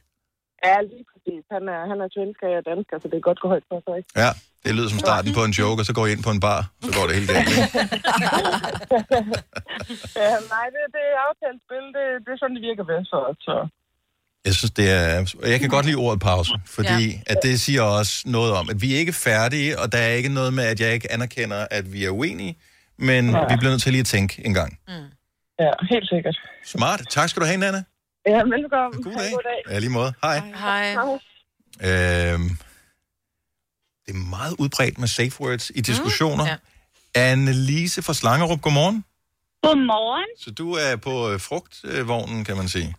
Speaker 18: Ja, lige præcis. Han er, han er svensk, og jeg er dansker, så det er godt gå højt for sig, ikke?
Speaker 1: Ja, det lyder som starten på en joke, og så går I ind på en bar, så går det helt galt. ikke?
Speaker 18: ja, nej, det, det er aftalt spil. Det, det er sådan, det virker bedst for os. Så.
Speaker 1: Jeg synes, det er... og Jeg kan godt lide ordet pause, fordi ja. at det siger også noget om, at vi er ikke færdige, og der er ikke noget med, at jeg ikke anerkender, at vi er uenige, men ja. vi bliver nødt til lige at tænke en gang.
Speaker 18: Ja, helt sikkert.
Speaker 1: Smart. Tak skal du have, Nana.
Speaker 18: Ja, velkommen. God dag. God dag.
Speaker 1: Ja, lige måde. Hej.
Speaker 2: Hej.
Speaker 1: Øhm, det er meget udbredt med safe words i diskussioner. Mm, ja. Annelise fra Slangerup, godmorgen.
Speaker 19: Godmorgen.
Speaker 1: Så du er på øh, frugtvognen, kan man sige.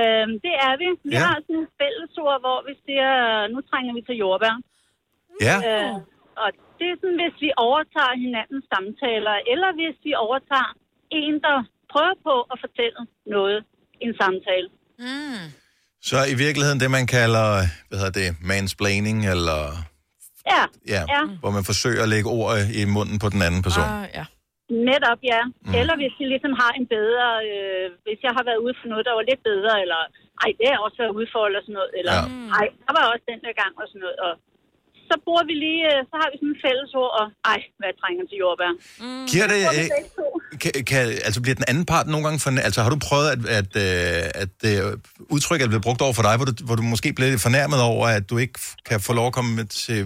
Speaker 19: Øhm, det er vi. Vi
Speaker 1: Ja.
Speaker 19: ja. har sådan et fællesord, hvor vi siger, nu trænger vi til jordbær.
Speaker 1: Ja.
Speaker 19: Øh, og det er sådan, hvis vi overtager hinandens samtaler, eller hvis vi overtager en, der prøver på at fortælle noget i en samtale. Mm.
Speaker 1: Så i virkeligheden det, man kalder, øh, hvad hedder det, mansplaining, eller
Speaker 19: Ja.
Speaker 1: ja, ja. hvor man forsøger at lægge ord øh, i munden på den anden person. Ah.
Speaker 19: ja. Netop, ja. Mm. Eller hvis jeg ligesom har en bedre... Øh, hvis jeg har været ude for noget, der var lidt bedre, eller... Ej, det har jeg også været ude for, eller sådan noget. Eller, ja. Ej, der var også den der gang, og sådan noget. Og så bruger vi lige... øh, Så har vi sådan en fælles ord, og... Ej, hvad trænger til jordbær? Mm.
Speaker 1: Giver det,
Speaker 19: Øh...
Speaker 1: øh, kan, kan, altså bliver den anden part nogle gange forn... Altså har du prøvet, at, at, øh, at øh, udtrykket er blevet brugt over for dig, hvor du, hvor du måske blev lidt fornærmet over, at du ikke f- kan få lov at komme med til,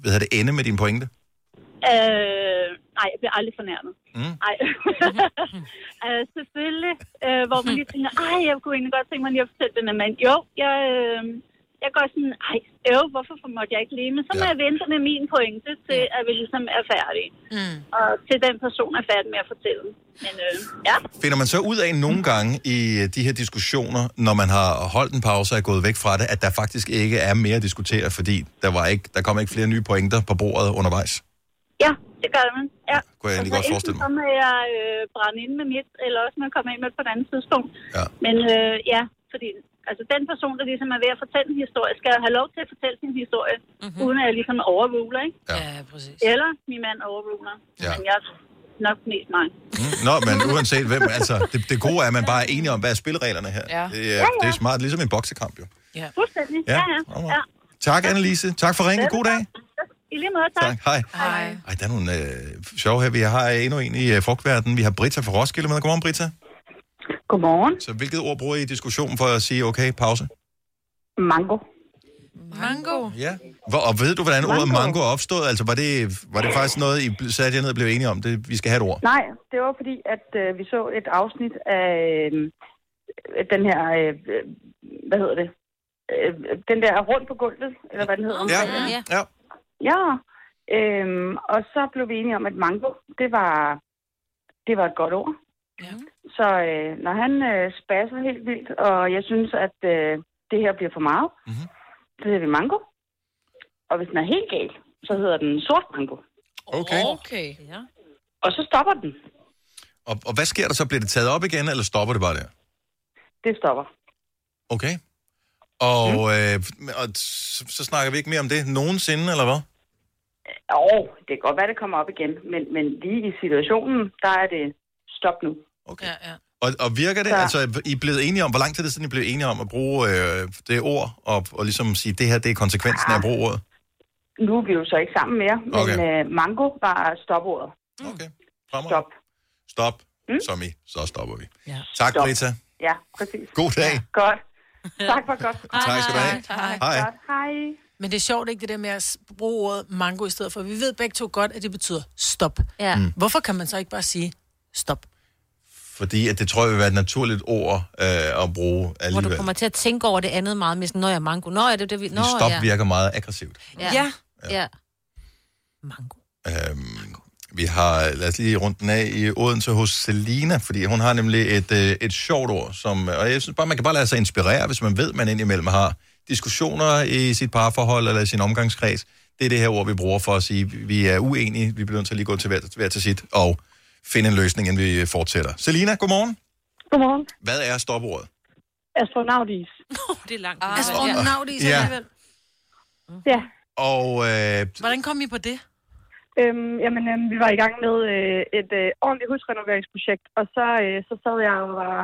Speaker 1: hvad hedder det, ende med din pointe?
Speaker 19: Øh, nej, jeg bliver aldrig fornærmet. Mm. Ej. øh, selvfølgelig, øh, hvor man lige tænker, ej, jeg kunne egentlig godt tænke mig lige at fortælle den her mand. Jo, jeg, øh, jeg går sådan, ej, øv, hvorfor måtte jeg ikke lige? Men så må ja. jeg vente med min pointe til, at vi ligesom er færdige. Mm. Og til den person er færdig med at fortælle. Men øh, ja.
Speaker 1: Finder man så ud af nogle gange i øh, de her diskussioner, når man har holdt en pause og er gået væk fra det, at der faktisk ikke er mere at diskutere, fordi der, var ikke, der kom ikke flere nye pointer på bordet undervejs?
Speaker 19: Ja, det gør man. Ja.
Speaker 1: Kunne jeg egentlig godt forestille
Speaker 19: mig. Så må jeg øh, brænde ind med mit, eller også man kommer ind med det på et andet tidspunkt. Ja. Men øh, ja, fordi altså, den person, der ligesom er ved at fortælle en historie, skal have lov til at fortælle sin historie, mm-hmm. uden at jeg ligesom overruler, ikke?
Speaker 1: Ja.
Speaker 19: ja, præcis. Eller min mand overruler.
Speaker 1: Ja.
Speaker 19: Ja. Men jeg er nok mest mig.
Speaker 1: Mm, Nå, men uanset hvem, altså, det, det gode er, at man bare er enige om, hvad er spillereglerne her.
Speaker 19: Ja.
Speaker 1: Det, er,
Speaker 19: Ja, ja.
Speaker 1: det er smart, ligesom i en boksekamp jo.
Speaker 19: Ja. Fuldstændig. Ja, ja.
Speaker 1: alright.
Speaker 19: ja.
Speaker 1: Tak, Annelise. Tak for ringen. God dag.
Speaker 19: I lige måde, tak.
Speaker 1: Tak. Hej. Hej. Ej, der er øh, nogle øh, sjove her. Vi har endnu en i øh, frugtverdenen. Vi har Britta fra Roskilde med. Godmorgen, Britta.
Speaker 19: Godmorgen.
Speaker 1: Så hvilket ord bruger I i diskussionen for at sige, okay, pause?
Speaker 19: Mango.
Speaker 5: Mango?
Speaker 1: Ja. Hvor, og ved du, hvordan ordet mango er opstået? Altså, var det, var det faktisk noget, I bl- satte jer ned og blev enige om? Det, vi skal have et ord.
Speaker 20: Nej, det var fordi, at øh, vi så et afsnit af øh, den her, øh, øh, hvad hedder det, øh, den der rundt på gulvet, eller hvad den hedder.
Speaker 1: Ja,
Speaker 20: omkring,
Speaker 1: ja. ja.
Speaker 20: Ja, øhm, og så blev vi enige om, at mango, det var, det var et godt ord.
Speaker 2: Ja.
Speaker 20: Så øh, når han øh, spasser helt vildt, og jeg synes, at øh, det her bliver for meget, mm-hmm.
Speaker 1: Mhm.
Speaker 20: så hedder vi mango. Og hvis den er helt gal, så hedder den sort mango.
Speaker 1: Okay.
Speaker 5: Okay. Ja.
Speaker 20: Og så stopper den.
Speaker 1: Og, og hvad sker der så? Bliver det taget op igen, eller stopper det bare der?
Speaker 20: Det stopper.
Speaker 1: Okay. Og, øh, og så, så snakker vi ikke mere om det nogensinde, eller hvad?
Speaker 20: Åh, det kan godt være, det kommer op igen, men, men lige i situationen, der er det stop nu.
Speaker 1: Okay. Ja, ja. Og, og virker det?
Speaker 20: Så-
Speaker 1: Ja. Altså, I er blevet enige om, hvor lang tid er det siden, I blev enige om at bruge øh, det ord, og, og ligesom sige, det her, det er konsekvensen af at bruge ordet?
Speaker 20: Nu er vi jo så ikke sammen mere, men
Speaker 1: Okay.
Speaker 20: øh, mango var stopordet.
Speaker 1: Okay. Stop. Stop, mm. som I, så stopper vi.
Speaker 20: Ja.
Speaker 1: Tak, Britta.
Speaker 20: Ja, præcis.
Speaker 1: God dag. Ja.
Speaker 20: Godt. Tak for godt.
Speaker 1: Tak skal du have.
Speaker 2: Hej.
Speaker 1: Hej.
Speaker 20: Hej.
Speaker 2: Men det er sjovt ikke, det der med at s- bruge ordet mango i stedet for. Vi ved begge to godt, at det betyder stop.
Speaker 4: Ja.
Speaker 1: Mm.
Speaker 2: Hvorfor kan man så ikke bare sige stop?
Speaker 1: Fordi at det tror jeg vil være et naturligt ord øh, at bruge
Speaker 4: Hvor du
Speaker 1: alligevel.
Speaker 4: kommer til at tænke over det andet meget mere sådan, når jeg mango, når jeg det, er det vi, når
Speaker 1: Fordi stop
Speaker 4: ja.
Speaker 1: virker meget aggressivt.
Speaker 4: Ja. ja. ja.
Speaker 1: Øhm, vi har, lad os lige rundt den af i Odense hos Selina, fordi hun har nemlig et, øh, et sjovt ord, som, og jeg synes bare, man kan bare lade sig inspirere, hvis man ved, man indimellem har diskussioner i sit parforhold eller i sin omgangskreds. Det er det her ord, vi bruger for at sige, vi er uenige, vi bliver nødt til at lige gå til hver, hver til sit og finde en løsning, inden vi fortsætter. Selina, godmorgen.
Speaker 21: Godmorgen.
Speaker 1: Hvad er stopordet?
Speaker 21: Astronautis.
Speaker 4: det er langt.
Speaker 2: Ah, Astronautis
Speaker 1: Ja.
Speaker 2: ja. alligevel.
Speaker 21: Ja,
Speaker 1: Og øh,
Speaker 2: Hvordan kom I på det?
Speaker 21: øhm, jamen, øhm, vi var i gang med øh, et øh, ordentligt husrenoveringsprojekt, og så, øh, så sad jeg og var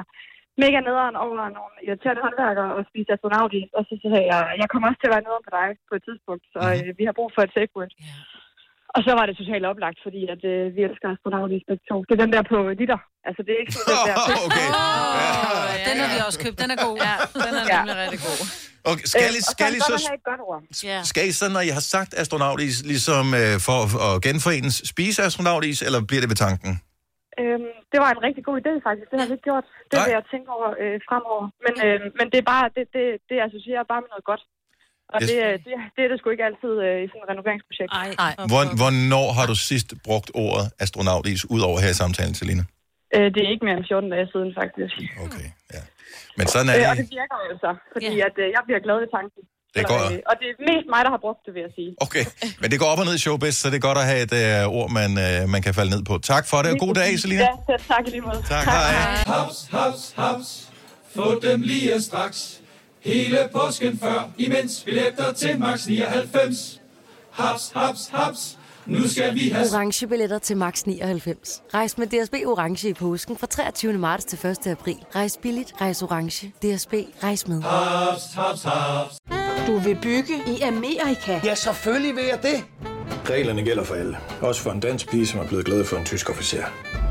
Speaker 21: mega nederen over nogle irriterende håndværkere og spiste astronautis, og så sagde jeg, jeg kommer også til at være nederen på dig på et tidspunkt, så øh, vi har brug for et safe word. Yeah. Og så var det totalt oplagt, fordi at, øh, vi elsker astronautis begge to. Det er den der på liter. Altså, det er ikke sådan den der.
Speaker 1: okay.
Speaker 2: Ja, den har vi også købt. Den er god. Ja, den
Speaker 21: Ja.
Speaker 2: rigtig god.
Speaker 1: okay, skal,
Speaker 21: Øh,
Speaker 1: I,
Speaker 21: og så
Speaker 1: skal,
Speaker 21: er
Speaker 1: I
Speaker 21: det godt
Speaker 1: så,
Speaker 21: at have et godt ord.
Speaker 2: Ja.
Speaker 1: skal I så, når I har sagt astronautis, ligesom øh, for at genforenes, spise astronautis, eller bliver det ved tanken?
Speaker 21: Øhm, det var en rigtig god idé, faktisk. Det har vi ikke gjort. Det vil jeg tænke over øh, fremover. Men, øh, men det er bare, det, det, det associerer bare med noget godt. Og
Speaker 1: Yes.
Speaker 21: det, øh, det, det er det sgu ikke altid øh, i sådan et renoveringsprojekt.
Speaker 2: Nej.
Speaker 1: Hvor, hvornår har du sidst brugt ordet astronautis, ud over her i samtalen, Selina?
Speaker 21: Øh, det er ikke mere end 14 dage siden, faktisk.
Speaker 1: Okay. Men sådan
Speaker 21: Øh,
Speaker 1: er
Speaker 21: og det
Speaker 1: det.
Speaker 21: virker jo så, fordi at, øh, jeg bliver glad ved tanken.
Speaker 1: Det går-
Speaker 21: Eller, øh, og det er mest mig, der har brugt det, vil jeg sige.
Speaker 1: Okay, men det går op og ned i showbiz, så det er godt at have et uh, ord, man, uh, man kan falde ned på. Tak for det, og god dag, Selina.
Speaker 21: Ja, selv tak i lige måde.
Speaker 1: Tak, hej.
Speaker 8: Haps, haps, haps. Få dem lige straks. Hele påsken før, imens billetter til max 99. Haps, haps, haps. Nu skal vi have
Speaker 9: Orange billetter til max 99. Rejs med DSB Orange i påsken fra 23. marts til 1. april. Rejs billigt, rejs orange. DSB, rejs med.
Speaker 8: Haps, haps, haps.
Speaker 10: Du vil bygge i Amerika? Ja, selvfølgelig vil jeg det.
Speaker 22: Reglerne gælder for alle. Også for en dansk pige, som er blevet glad for en tysk officer.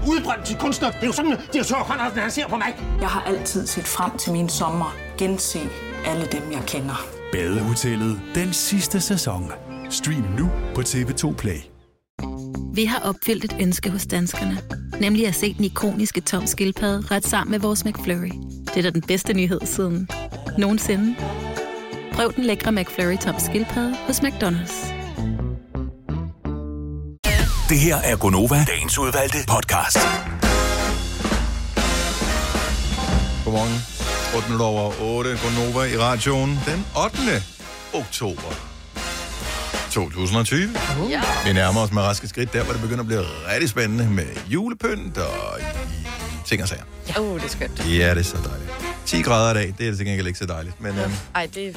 Speaker 11: Udbrøndt til kunstner. Det er jo sådan, at de har tørt, han ser på mig.
Speaker 12: Jeg har altid set frem til min sommer, gense alle dem, jeg kender.
Speaker 23: Badehotellet den sidste sæson. Stream nu på TV2 Play.
Speaker 16: Vi har opfyldt et ønske hos danskerne. Nemlig at se den ikoniske tom skildpadde ret sammen med vores McFlurry. Det er da den bedste nyhed siden nogensinde. Prøv den lækre McFlurry tom skildpadde hos McDonald's.
Speaker 6: Det her er Gonova, dagens udvalgte podcast.
Speaker 1: Godmorgen. 8 minutter over 8. Gonova i radioen den 8. oktober 2020.
Speaker 5: Ja.
Speaker 1: Vi nærmer os med raske skridt der, hvor det begynder at blive rigtig spændende med julepynt og ting og sager.
Speaker 5: Ja. Uh, det er skønt.
Speaker 1: Ja, det er så dejligt. 10 grader i dag, det er til gengæld ikke så dejligt. Men øhm,
Speaker 5: Ej, det er...
Speaker 1: Ja,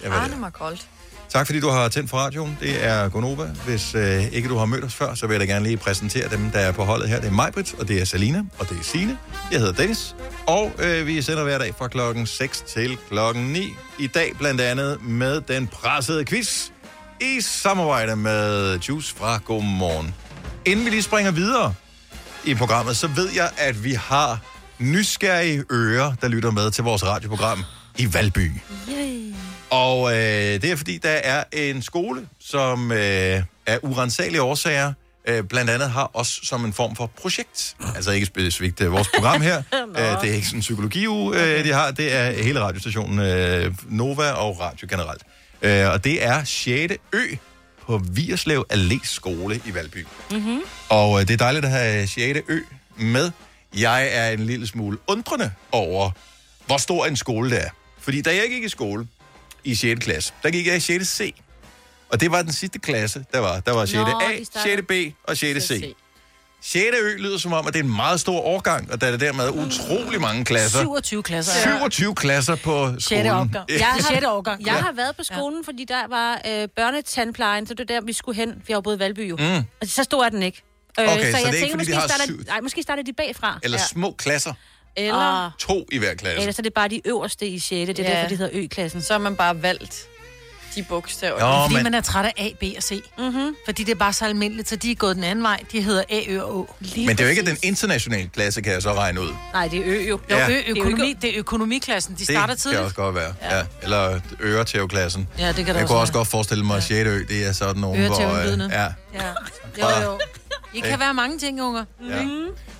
Speaker 1: hvad er det?
Speaker 5: Arne mig koldt.
Speaker 1: tak fordi du har tændt for radioen. Det er Gonova. Hvis øh, ikke du har mødt os før, så vil jeg da gerne lige præsentere dem, der er på holdet her. Det er Majbrit, og det er Salina, og det er Sine. Jeg hedder Dennis, og øh, vi sender hver dag fra klokken 6 til klokken 9. I dag blandt andet med den pressede quiz i samarbejde med Juice fra Godmorgen. Inden vi lige springer videre, i programmet, så ved jeg, at vi har nysgerrige ører, der lytter med til vores radioprogram i Valby. Og øh, det er fordi, der er en skole, som øh, af urensagelige årsager øh, blandt andet har os som en form for projekt. Altså ikke specifikt øh, vores program her. Æh, det er ikke sådan en psykologiuge, øh, de har. Det er hele radiostationen øh, Nova og Radio generelt. Øh, og det er 6. Ø på Vierslev Allé Skole i Valby.
Speaker 5: Mhm.
Speaker 3: Mm-hmm.
Speaker 1: Og øh, det er dejligt at have 6. ø med. Jeg er en lille smule undrende over, hvor stor en skole det er. Fordi da jeg gik i skole i 6. klasse, der gik jeg i 6. C. Og det var den sidste klasse, der var. Der var 6.
Speaker 6: Nå,
Speaker 1: A,
Speaker 6: de starter-
Speaker 1: 6. B og 6. C. 6. ø lyder som om, at det er en meget stor årgang, og der er dermed utrolig mange klasser.
Speaker 2: 27 klasser.
Speaker 1: 27 klasser på skolen.
Speaker 2: 6. opgang.
Speaker 4: Jeg har,
Speaker 2: Sjette årgang.
Speaker 4: Jeg
Speaker 1: Ja.
Speaker 4: har været på skolen, fordi der var øh, børnetandplejen, så det var der, vi skulle hen. Vi har jo boet i Valby jo.
Speaker 1: Mm.
Speaker 4: Mm. Og så stor er den ikke. Øh,
Speaker 1: Okay, så det er
Speaker 4: jeg
Speaker 1: ikke, fordi de
Speaker 4: tænker, måske,
Speaker 1: har
Speaker 4: starter,
Speaker 1: syv-
Speaker 4: nej, måske starter de bagfra.
Speaker 1: Eller små klasser.
Speaker 4: Eller,
Speaker 1: To i hver
Speaker 4: ah.
Speaker 1: klasse.
Speaker 4: eller så er det bare de øverste i 6. Det er
Speaker 5: Ja.
Speaker 4: ja. derfor, de hedder Ø-klassen. Så har man bare valgt de bogstaver.
Speaker 2: Nå,
Speaker 1: Nå,
Speaker 2: fordi
Speaker 1: men-
Speaker 2: man... man er træt af A, B og C. Mm-hmm. Fordi det er bare så almindeligt, så de er gået den anden vej. De hedder A, Ø og Å. Lige
Speaker 1: Men det er jo ikke den internationale klasse, kan jeg så regne ud.
Speaker 4: Nej, det er Ø jo.
Speaker 2: Jo,
Speaker 1: Ja.
Speaker 2: ø, økonomi, det er økonomiklassen. De starter
Speaker 1: det kan
Speaker 2: tidligt.
Speaker 1: også godt være. Ja. Ja. Eller øretævklassen.
Speaker 2: Ja, det kan det
Speaker 1: Jeg
Speaker 2: også
Speaker 1: kunne også
Speaker 2: være.
Speaker 1: godt forestille mig, at 6. ø, det er sådan nogen, hvor... Øh,
Speaker 2: Øretævnvidne.
Speaker 1: ja.
Speaker 2: Ja. Jo, Mhm. jo. I kan være mange ting, unger.
Speaker 1: Ja.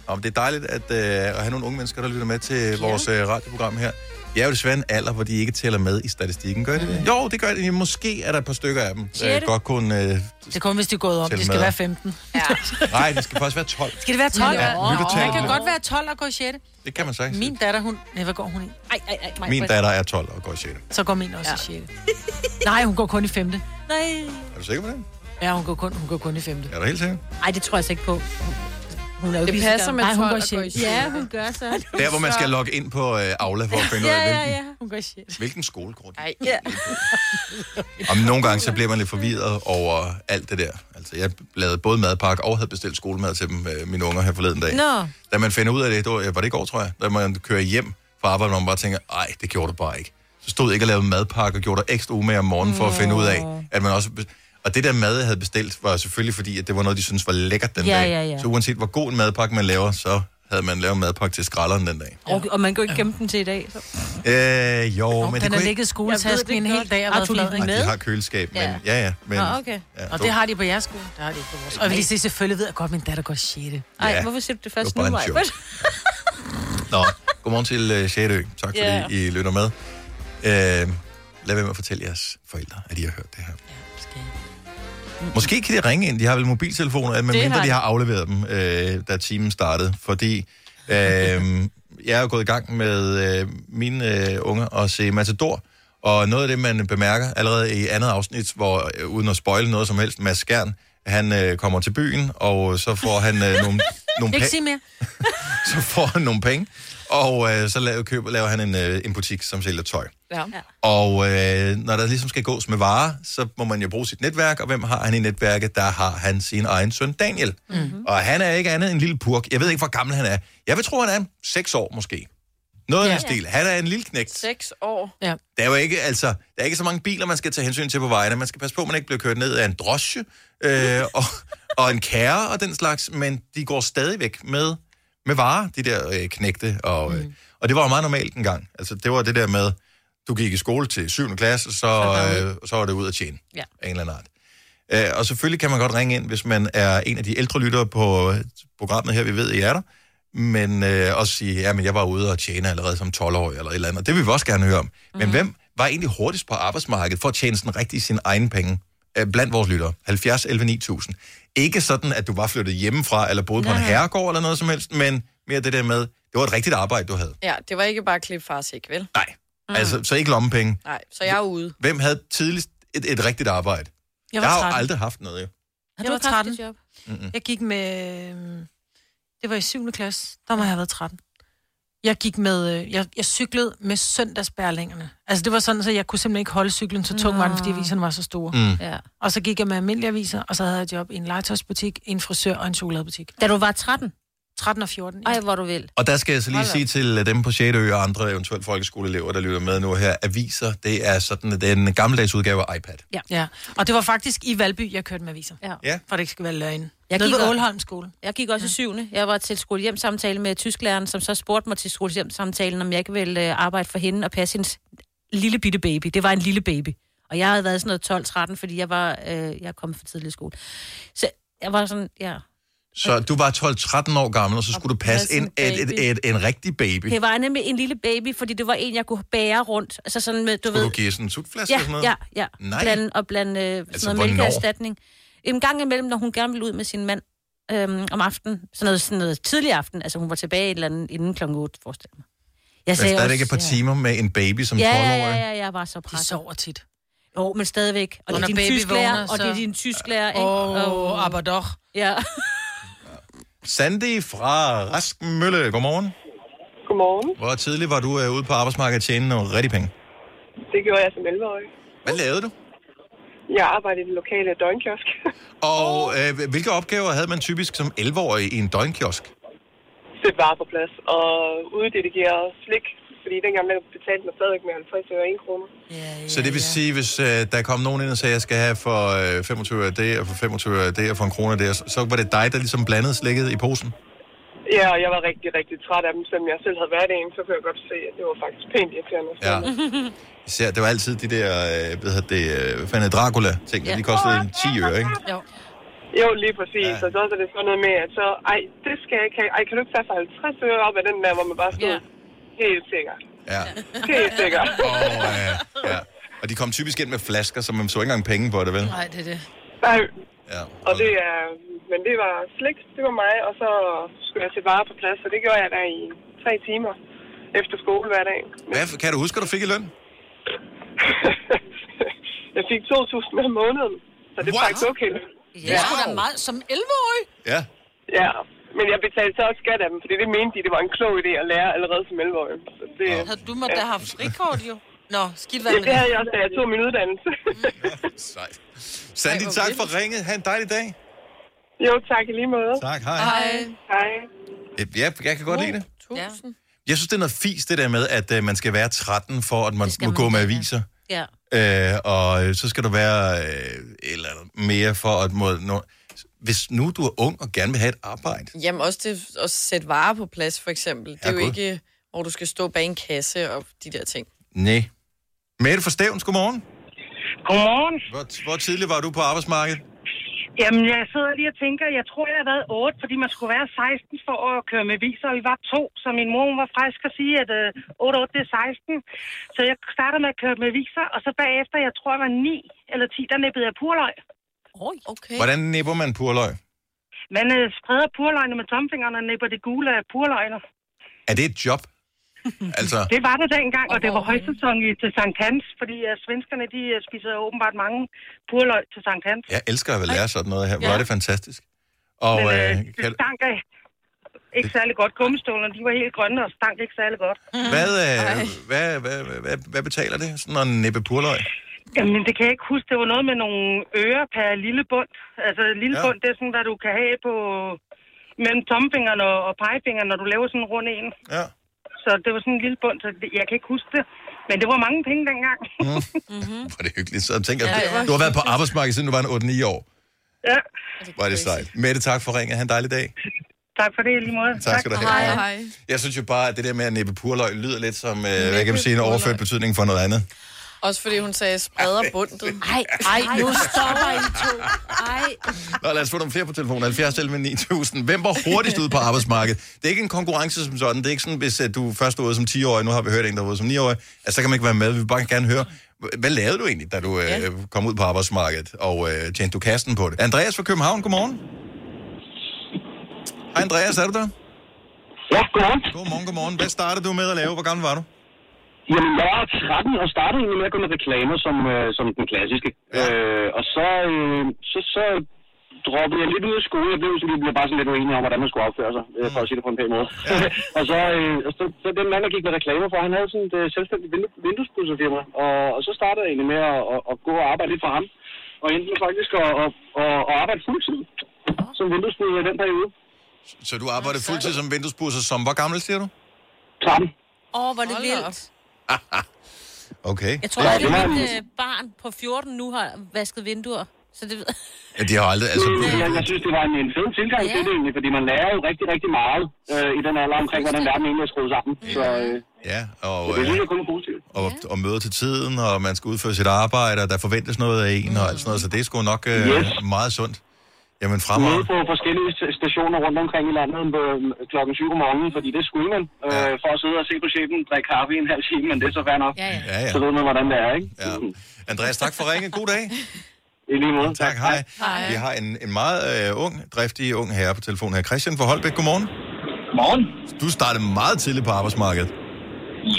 Speaker 1: Og det er dejligt at, øh, at have nogle unge mennesker, der lytter med til ja. vores øh, radioprogram her. Jeg er jo desværre en alder, hvor de ikke tæller med i statistikken. Gør de det? Jo, det gør de. Måske er der et par stykker af dem, der
Speaker 2: Mm. Sjette.
Speaker 1: godt kunne... Øh,
Speaker 2: Det er kun, hvis de er gået om.
Speaker 1: Tæl
Speaker 2: Det skal
Speaker 1: med.
Speaker 2: være 15. Ja.
Speaker 1: nej, det skal faktisk være 12.
Speaker 2: Skal det være 12?
Speaker 1: Ja, lyttertal.
Speaker 2: man kan godt være 12 og gå i 6.
Speaker 1: Det kan man sagtens.
Speaker 2: Min datter, hun... Nej, hvad går hun i? Ej, ej, ej.
Speaker 1: Min datter er 12 og går i 6.
Speaker 2: Så går min også ja. i 6. Nej, hun går kun i 5. Nej.
Speaker 1: Er du sikker på det?
Speaker 2: Ja, hun går kun, hun går kun i 5.
Speaker 1: Er du helt sikker?
Speaker 4: Nej, det tror jeg så ikke på. Hun er jo
Speaker 2: Det
Speaker 4: lige så
Speaker 2: passer
Speaker 4: gammel.
Speaker 2: med
Speaker 4: Ej, hun
Speaker 2: 12
Speaker 4: går
Speaker 2: at gå i
Speaker 4: shit.
Speaker 2: sjette.
Speaker 4: Ja, hun gør så.
Speaker 1: Der, hvor man skal logge ind på øh, Aula for at finde ud af,
Speaker 4: Ja, ja,
Speaker 1: hvilken-
Speaker 4: ja. Hun går i shit.
Speaker 1: Hvilken skole går de?
Speaker 4: Nej. Ja.
Speaker 1: Om nogle gange, så bliver man lidt forvirret over alt det der. Altså, jeg lavede både madpakke og havde bestilt skolemad til dem, øh, mine unger her forleden dag.
Speaker 4: Nå.
Speaker 1: Da man finder ud af det, det var, var det i går, tror jeg, da man kører hjem fra arbejde, og man bare tænker, ej, det gjorde du bare ikke. Så stod jeg ikke og lavede madpakke og gjorde dig ekstra umage om morgenen for at finde ud af, at man også... be- Og det der mad, jeg havde bestilt, var selvfølgelig fordi, at det var noget, de syntes var lækkert den
Speaker 4: Ja,
Speaker 1: dag.
Speaker 4: ja, ja.
Speaker 1: Så uanset hvor god en madpakke man laver, så havde man lavet madpakke til skralderen den dag.
Speaker 4: Og, og man kan jo ikke gemme den til i dag. Så.
Speaker 1: Øh, jo, men det
Speaker 2: Den
Speaker 1: kunne
Speaker 2: har
Speaker 1: ikke...
Speaker 2: ligget i skoletasken en hel dag og
Speaker 4: Ah,
Speaker 2: været
Speaker 4: tog de
Speaker 2: flad.
Speaker 4: den
Speaker 1: Ej,
Speaker 2: ikke?
Speaker 1: de har køleskab, men ja, ja. ja men,
Speaker 2: Nå, okay.
Speaker 1: Ja,
Speaker 2: og
Speaker 1: du-
Speaker 2: det har de på jeres skole. Det har de ikke på vores skole. Og jeg vil lige sige, selvfølgelig ved jeg godt, at min datter går i 6.
Speaker 1: Ej, Ja. hvorfor
Speaker 4: siger du det
Speaker 1: først Det var bare nu, en joke. Nå, godmorgen til uh, Sjætø. Tak fordi
Speaker 2: Ja.
Speaker 1: I lytter med. Uh, lad være med at fortælle jeres forældre, at I har hørt det her. Mm. Måske kan de ringe ind. De har vel mobiltelefoner, men
Speaker 6: Det
Speaker 1: mindre
Speaker 6: har
Speaker 1: de
Speaker 6: de.
Speaker 1: har afleveret dem, øh, da timen startede. Fordi øh, jeg er jo gået i gang med øh, mine øh, unger og se Matador. Og noget af det, man bemærker allerede i andet afsnit, hvor øh, uden at spoile noget som helst, Mads Skjern, han øh, kommer til byen, og så får han øh, nogle, nogle
Speaker 2: Ikke
Speaker 1: pa-
Speaker 2: sige mere.
Speaker 1: så får han nogle penge, og øh, så laver, køber, laver han en, øh, en butik, som sælger tøj.
Speaker 2: Ja.
Speaker 1: Og øh, når der ligesom skal gås med varer, så må man jo bruge sit netværk, og hvem har han i netværket? Der har han sin egen søn, Daniel. Mm-hmm. Og han er ikke andet end en lille purk. Jeg ved ikke, hvor gammel han er. Jeg vil tro, han er 6 år måske. Noget ja. af den stil. Han er en lille knægt.
Speaker 5: Seks år.
Speaker 2: Ja.
Speaker 1: Der er jo ikke, altså, der er ikke så mange biler, man skal tage hensyn til på vejene. Man skal passe på, at man ikke bliver kørt ned af en drosje øh, og, og en kære og den slags, men de går stadigvæk med, med varer, de der øh, knægte. Og, øh, og det var jo meget normalt en gang. Altså, det var det der med, du gik i skole til 7. klasse, så, øh, så var det ud at tjene
Speaker 4: Ja.
Speaker 1: af en eller anden art. Øh, Og selvfølgelig kan man godt ringe ind, hvis man er en af de ældre lyttere på øh, programmet her, vi ved, I er der. Men øh, også sige, ja, men jeg var ude og tjene allerede som 12-årig eller et eller andet. Det vil vi også gerne høre om. Men hvem var egentlig hurtigst på arbejdsmarkedet for at tjene sådan rigtig sine egne penge? Øh, Blandt vores lyttere. 70, 11, 9000. Ikke sådan, at du var flyttet hjemmefra eller boede på en
Speaker 5: Nej.
Speaker 1: herregård eller noget som helst, men mere det der med, det var et rigtigt arbejde, du havde.
Speaker 5: Ja, det var ikke bare klip fars ikke, vel?
Speaker 1: Nej. Mm. Altså, så ikke lommepenge.
Speaker 5: Nej, så jeg er ude.
Speaker 1: Hvem havde tidligst et, et rigtigt arbejde?
Speaker 2: Jeg var
Speaker 1: jeg har jo
Speaker 2: 13.
Speaker 1: aldrig haft noget, jo.
Speaker 2: Har
Speaker 4: Jeg
Speaker 2: du
Speaker 4: var
Speaker 2: var 13?
Speaker 4: job.
Speaker 1: Mm-mm.
Speaker 2: Jeg gik med... øhm, Det var i 7. klasse. Der må jeg have været 13. Jeg gik med... øh, Jeg, jeg cyklede med søndagsbærlingerne. Altså, det var sådan, så jeg kunne simpelthen ikke holde cyklen så tung var den, fordi aviserne var så store.
Speaker 4: Mm. Ja.
Speaker 2: Og så gik jeg med almindelige aviser, og så havde jeg job i en legetøjsbutik, en frisør og en chokoladebutik.
Speaker 4: Da du var 13?
Speaker 2: 13 og 14.
Speaker 4: Ej, hvor du vil.
Speaker 1: Og der skal jeg så lige
Speaker 4: Hold da
Speaker 1: sige til øh, dem på 6. ø og andre eventuelt folkeskoleelever, der lytter med nu her, aviser, det er sådan, det er en gammeldags udgave af iPad.
Speaker 2: Ja. ja. Og det var faktisk i Valby, jeg kørte med aviser.
Speaker 4: Ja.
Speaker 1: Ja.
Speaker 2: For det ikke skal være løgn.
Speaker 4: Jeg
Speaker 2: Nede
Speaker 4: gik
Speaker 2: ved
Speaker 4: op-
Speaker 2: Ålholm skole.
Speaker 4: Jeg gik også i syvende. Jeg var til skolehjemsamtale med tysklæreren, som så spurgte mig til skolehjemsamtalen, om jeg ikke ville øh, arbejde for hende og passe hendes lille bitte baby. Det var en lille baby. Og jeg havde været sådan noget 12-13, fordi jeg var øh, jeg kom for tidligt i skole. Så jeg var sådan, ja.
Speaker 1: Så du var 12-13 år gammel, og så skulle du passe
Speaker 4: passe
Speaker 1: ind
Speaker 4: en
Speaker 1: et, et,
Speaker 4: baby.
Speaker 1: et, en rigtig baby.
Speaker 4: Det var nemlig en lille baby, fordi det var en, jeg kunne bære rundt. Altså sådan med, du
Speaker 1: Skulle
Speaker 4: ved...
Speaker 1: du give sådan en sukflaske
Speaker 4: ja,
Speaker 1: eller sådan noget?
Speaker 4: Ja, ja.
Speaker 1: Nej.
Speaker 4: Blande, og blande øh, sådan
Speaker 1: Altså,
Speaker 4: altså, noget
Speaker 1: hvornår?
Speaker 4: mælkeerstatning. En gang imellem, når hun gerne ville ud med sin mand øhm, om aftenen. Sådan noget, sådan noget tidlig aften. Altså hun var tilbage et eller andet inden klokken 8, forestil mig.
Speaker 1: Jeg sagde men stadigvæk et
Speaker 4: også-
Speaker 1: par timer med en baby som
Speaker 4: ja,
Speaker 1: 12-årig.
Speaker 4: ja, ja, ja, jeg var så presset. De
Speaker 2: sover tit.
Speaker 4: Jo, men stadigvæk. Og det er
Speaker 2: Når
Speaker 4: din
Speaker 2: baby
Speaker 4: tysklærer,
Speaker 2: vågner,
Speaker 4: og det er
Speaker 2: så-
Speaker 4: din tysklærer, ikke?
Speaker 2: Åh, oh, aber doch.
Speaker 4: Ja.
Speaker 1: Sandy fra Raskmølle, godmorgen.
Speaker 3: Godmorgen.
Speaker 1: Hvor tidligt var du øh, ude på arbejdsmarkedet og tjene nogle rigtig penge?
Speaker 3: Det gjorde jeg som 11-årig.
Speaker 1: Hvad lavede du?
Speaker 3: Jeg arbejdede i den lokale døgnkiosk.
Speaker 1: Og øh, hvilke opgaver havde man typisk som 11-årig i en døgnkiosk?
Speaker 3: Sætte varer på plads og uddelegere slik. Fordi dengang der betalte man stadigvæk med 50 øre 1 kroner.
Speaker 1: Så det vil sige, hvis øh, der kom nogen ind og sagde, jeg skal have for øh, 25 øre det, og for 25 øre det, og for en krone det, så, så var det dig, der ligesom blandede slikket i posen?
Speaker 3: Ja, og jeg var rigtig, rigtig træt af dem. Selvom jeg selv havde været en, så kunne jeg godt se, at det var faktisk pænt irriterende.
Speaker 1: Ja. Især, det var altid de der, øh, hvad hedder det, øh, hvad fanden er Dracula-ting, ja. de kostede en 10 øre, ikke?
Speaker 2: Jo.
Speaker 3: Jo, lige præcis. Ja. Og så er det sådan noget med, at så, ej, det skal jeg ikke have. Ej, kan du ikke tage for 50 øre op af den der, hvor man bare stod ja. helt sikker.
Speaker 1: Ja.
Speaker 3: Helt sikker.
Speaker 1: Og, øh, ja. og de kom typisk ind med flasker, så man så ikke engang penge på det, vel?
Speaker 2: Nej, det er det.
Speaker 3: Nej.
Speaker 1: Ja.
Speaker 3: Og det er, men det var slik, det var mig, og så skulle jeg sætte varer på plads, og det gjorde jeg der i tre timer efter skole hver dag.
Speaker 1: Hvad, kan du huske, hvad du fik i løn?
Speaker 3: Jeg fik 2.000 om måneden, så det er
Speaker 1: What?
Speaker 3: faktisk okay.
Speaker 2: Det er sgu da meget som 11-årig.
Speaker 1: Ja.
Speaker 3: Ja, men jeg betalte så også skat af dem, fordi det mente de, det var en klog idé at lære allerede som 11-årig. Så det, ja.
Speaker 2: Havde du måtte da have frikort, jo. Nå, skidt
Speaker 3: Ja,
Speaker 2: hvad med
Speaker 3: det havde jeg også, da jeg tog min uddannelse.
Speaker 1: Sejt. Sandy, tak for ringet. Ha' en dejlig dag.
Speaker 3: jo, tak i lige måde.
Speaker 1: Tak, hej.
Speaker 3: Hej. Hej.
Speaker 1: Øh, Ja, jeg kan godt lide det.
Speaker 3: Tusind.
Speaker 1: Jeg synes, det er noget fis, det der med, at øh, man skal være 13, for at man må gå med aviser.
Speaker 4: Ja.
Speaker 1: Øh, og øh, så skal du være øh, et eller andet mere for at må... Nå, hvis nu du er ung og gerne vil have et arbejde,
Speaker 5: Jamen også det at sætte varer på plads, for eksempel. Det er jo
Speaker 1: Herregud.
Speaker 5: ikke, hvor du skal stå bag en kasse og de der ting.
Speaker 1: nej. Mette fra Stævns, godmorgen.
Speaker 13: Godmorgen.
Speaker 1: Hvor, hvor tidligt var du på arbejdsmarkedet?
Speaker 13: Jamen, jeg sidder lige og tænker, jeg tror, jeg har været 8, fordi man skulle være 16 for at køre med viser, og vi var to, så min mor hun var frisk at sige, at øh, 8, 8, det er 16. Så jeg startede med at køre med viser, og så bagefter, jeg tror, jeg var 9 eller 10, der nippede jeg purløg.
Speaker 5: Okay.
Speaker 1: Hvordan nipper man purløg?
Speaker 13: Man øh, spreder purløgene med tomfingrene og nipper det gule af purløgene.
Speaker 1: Er det et job? Altså,
Speaker 13: Det var det dengang, og det var højsæson i, til Sankt Hans, fordi øh, svenskerne de øh, spiser åbenbart mange purløg til Sankt Hans.
Speaker 1: jeg elsker at lære sådan noget her. Hvor er det fantastisk. Og
Speaker 13: Men øh,
Speaker 1: øh,
Speaker 13: det
Speaker 1: kan,
Speaker 13: stank af ikke særlig godt. Gummistålerne, de var helt grønne og stank ikke særlig godt.
Speaker 1: hvad, øh, hvad, hvad, hvad, hvad, hvad betaler det, sådan en nippe purløg?
Speaker 13: Jamen, det kan jeg ikke huske. Det var noget med nogle øre per lille bund. Altså, lille
Speaker 1: Ja.
Speaker 13: ja. bund, det er sådan, hvad du kan have på mellem tomfingeren og, og pegefingeren, når du laver sådan en rund en.
Speaker 1: Ja.
Speaker 13: Så det var sådan en lille bund, så det, jeg kan ikke huske det. Men det var mange penge dengang. Mm-hmm.
Speaker 1: Var Mm. det hyggeligt? Så jeg tænker,
Speaker 13: Ja, ja.
Speaker 1: du har været på arbejdsmarkedet, siden du var en 8-9 år.
Speaker 13: ja,
Speaker 1: Var det sejt. Mette, tak for ringet. Ha' en dejlig dag.
Speaker 13: tak for det i lige måde.
Speaker 1: Tak skal du have.
Speaker 13: Hej, hej.
Speaker 1: Jeg synes jo bare, at det der med at næppe purløg lyder lidt som, øh, hvad kan man sige, en
Speaker 5: purløg.
Speaker 1: overført betydning for noget andet.
Speaker 5: Også fordi hun sagde, spreder bundet.
Speaker 4: Ej,
Speaker 5: ej, nu stopper I
Speaker 4: to. Ej.
Speaker 1: Nå, lad os få nogle flere på telefonen. 70 11 9000. Hvem var hurtigst ude på arbejdsmarkedet? Det er ikke en konkurrence som sådan. Det er ikke sådan, hvis øh, du først var ude som 10-årig, nu har vi hørt en, der var ude som 9-årig, altså, så kan man ikke være med. Vi vil bare gerne høre, h- hvad lavede du egentlig, da du øh,
Speaker 15: Ja.
Speaker 1: kom ud på arbejdsmarkedet, og øh, tjente du kassen på det? Andreas fra København, godmorgen. Hej Andreas, er du der?
Speaker 15: Ja, godmorgen.
Speaker 1: Godmorgen, godmorgen. Hvad startede du med at lave? Hvor gammel var du?
Speaker 15: Jamen, jeg var 13 og startede egentlig med at gå med reklamer som, øh, som den klassiske. Ja. Øh, og så, øh, så, så droppede jeg lidt ud af skole. Jeg blev, sådan, jeg blev bare sådan lidt uenig om, hvordan man skulle opføre sig, øh, for at sige det på en pæn måde. Ja. og så, øh, og så, så, den mand, der gik med reklamer for, han havde sådan et øh, selvstændigt vindu- vinduespudserfirma. Og, og så startede jeg egentlig med at, at, at gå og arbejde lidt for ham. Og endte med faktisk at, at, at, at arbejde fuldtid som vinduespudser i den periode.
Speaker 1: Så du arbejdede fuldtid som vinduesbusser, som hvor gammel, siger du?
Speaker 15: 13.
Speaker 4: Åh, oh, hvor er det vildt.
Speaker 1: Okay.
Speaker 4: øh, Jeg tror, at mit øh, barn på 14 nu har vasket vinduer Så det,
Speaker 1: Ja, de har jo aldrig... Altså,
Speaker 15: Jeg, jeg synes, det var en, en fed tilgang yeah. til det egentlig, fordi man lærer jo rigtig, rigtig meget øh, i den alder omkring, hvordan verden egentlig er skruet sammen. Så øh,
Speaker 1: ja, og,
Speaker 15: det synes
Speaker 1: øh,
Speaker 15: jeg kun er positivt.
Speaker 1: og, og møde til tiden, og man skal udføre sit arbejde, og der forventes noget af en, og alt sådan noget, så det er sgu nok øh,
Speaker 15: Yes.
Speaker 1: meget sundt. Jamen
Speaker 15: Møde
Speaker 1: fremover.
Speaker 15: på forskellige st- stationer rundt omkring i landet øh, klokken 7 om morgenen, fordi det skulle man. Øh, for at sidde og se på chefen, drikke kaffe i en halv time, men det er så fair nok.
Speaker 1: Ja, ja. Ja, ja.
Speaker 15: Så ved man, hvordan det er, ikke?
Speaker 1: Ja. Andreas, tak for ringen. God dag.
Speaker 15: I lige måde.
Speaker 1: Tak, hej. Vi har en, en meget øh, ung, driftig ung herre på telefonen her. Christian fra Holbæk, godmorgen.
Speaker 7: Godmorgen.
Speaker 1: Du startede meget tidligt på arbejdsmarkedet.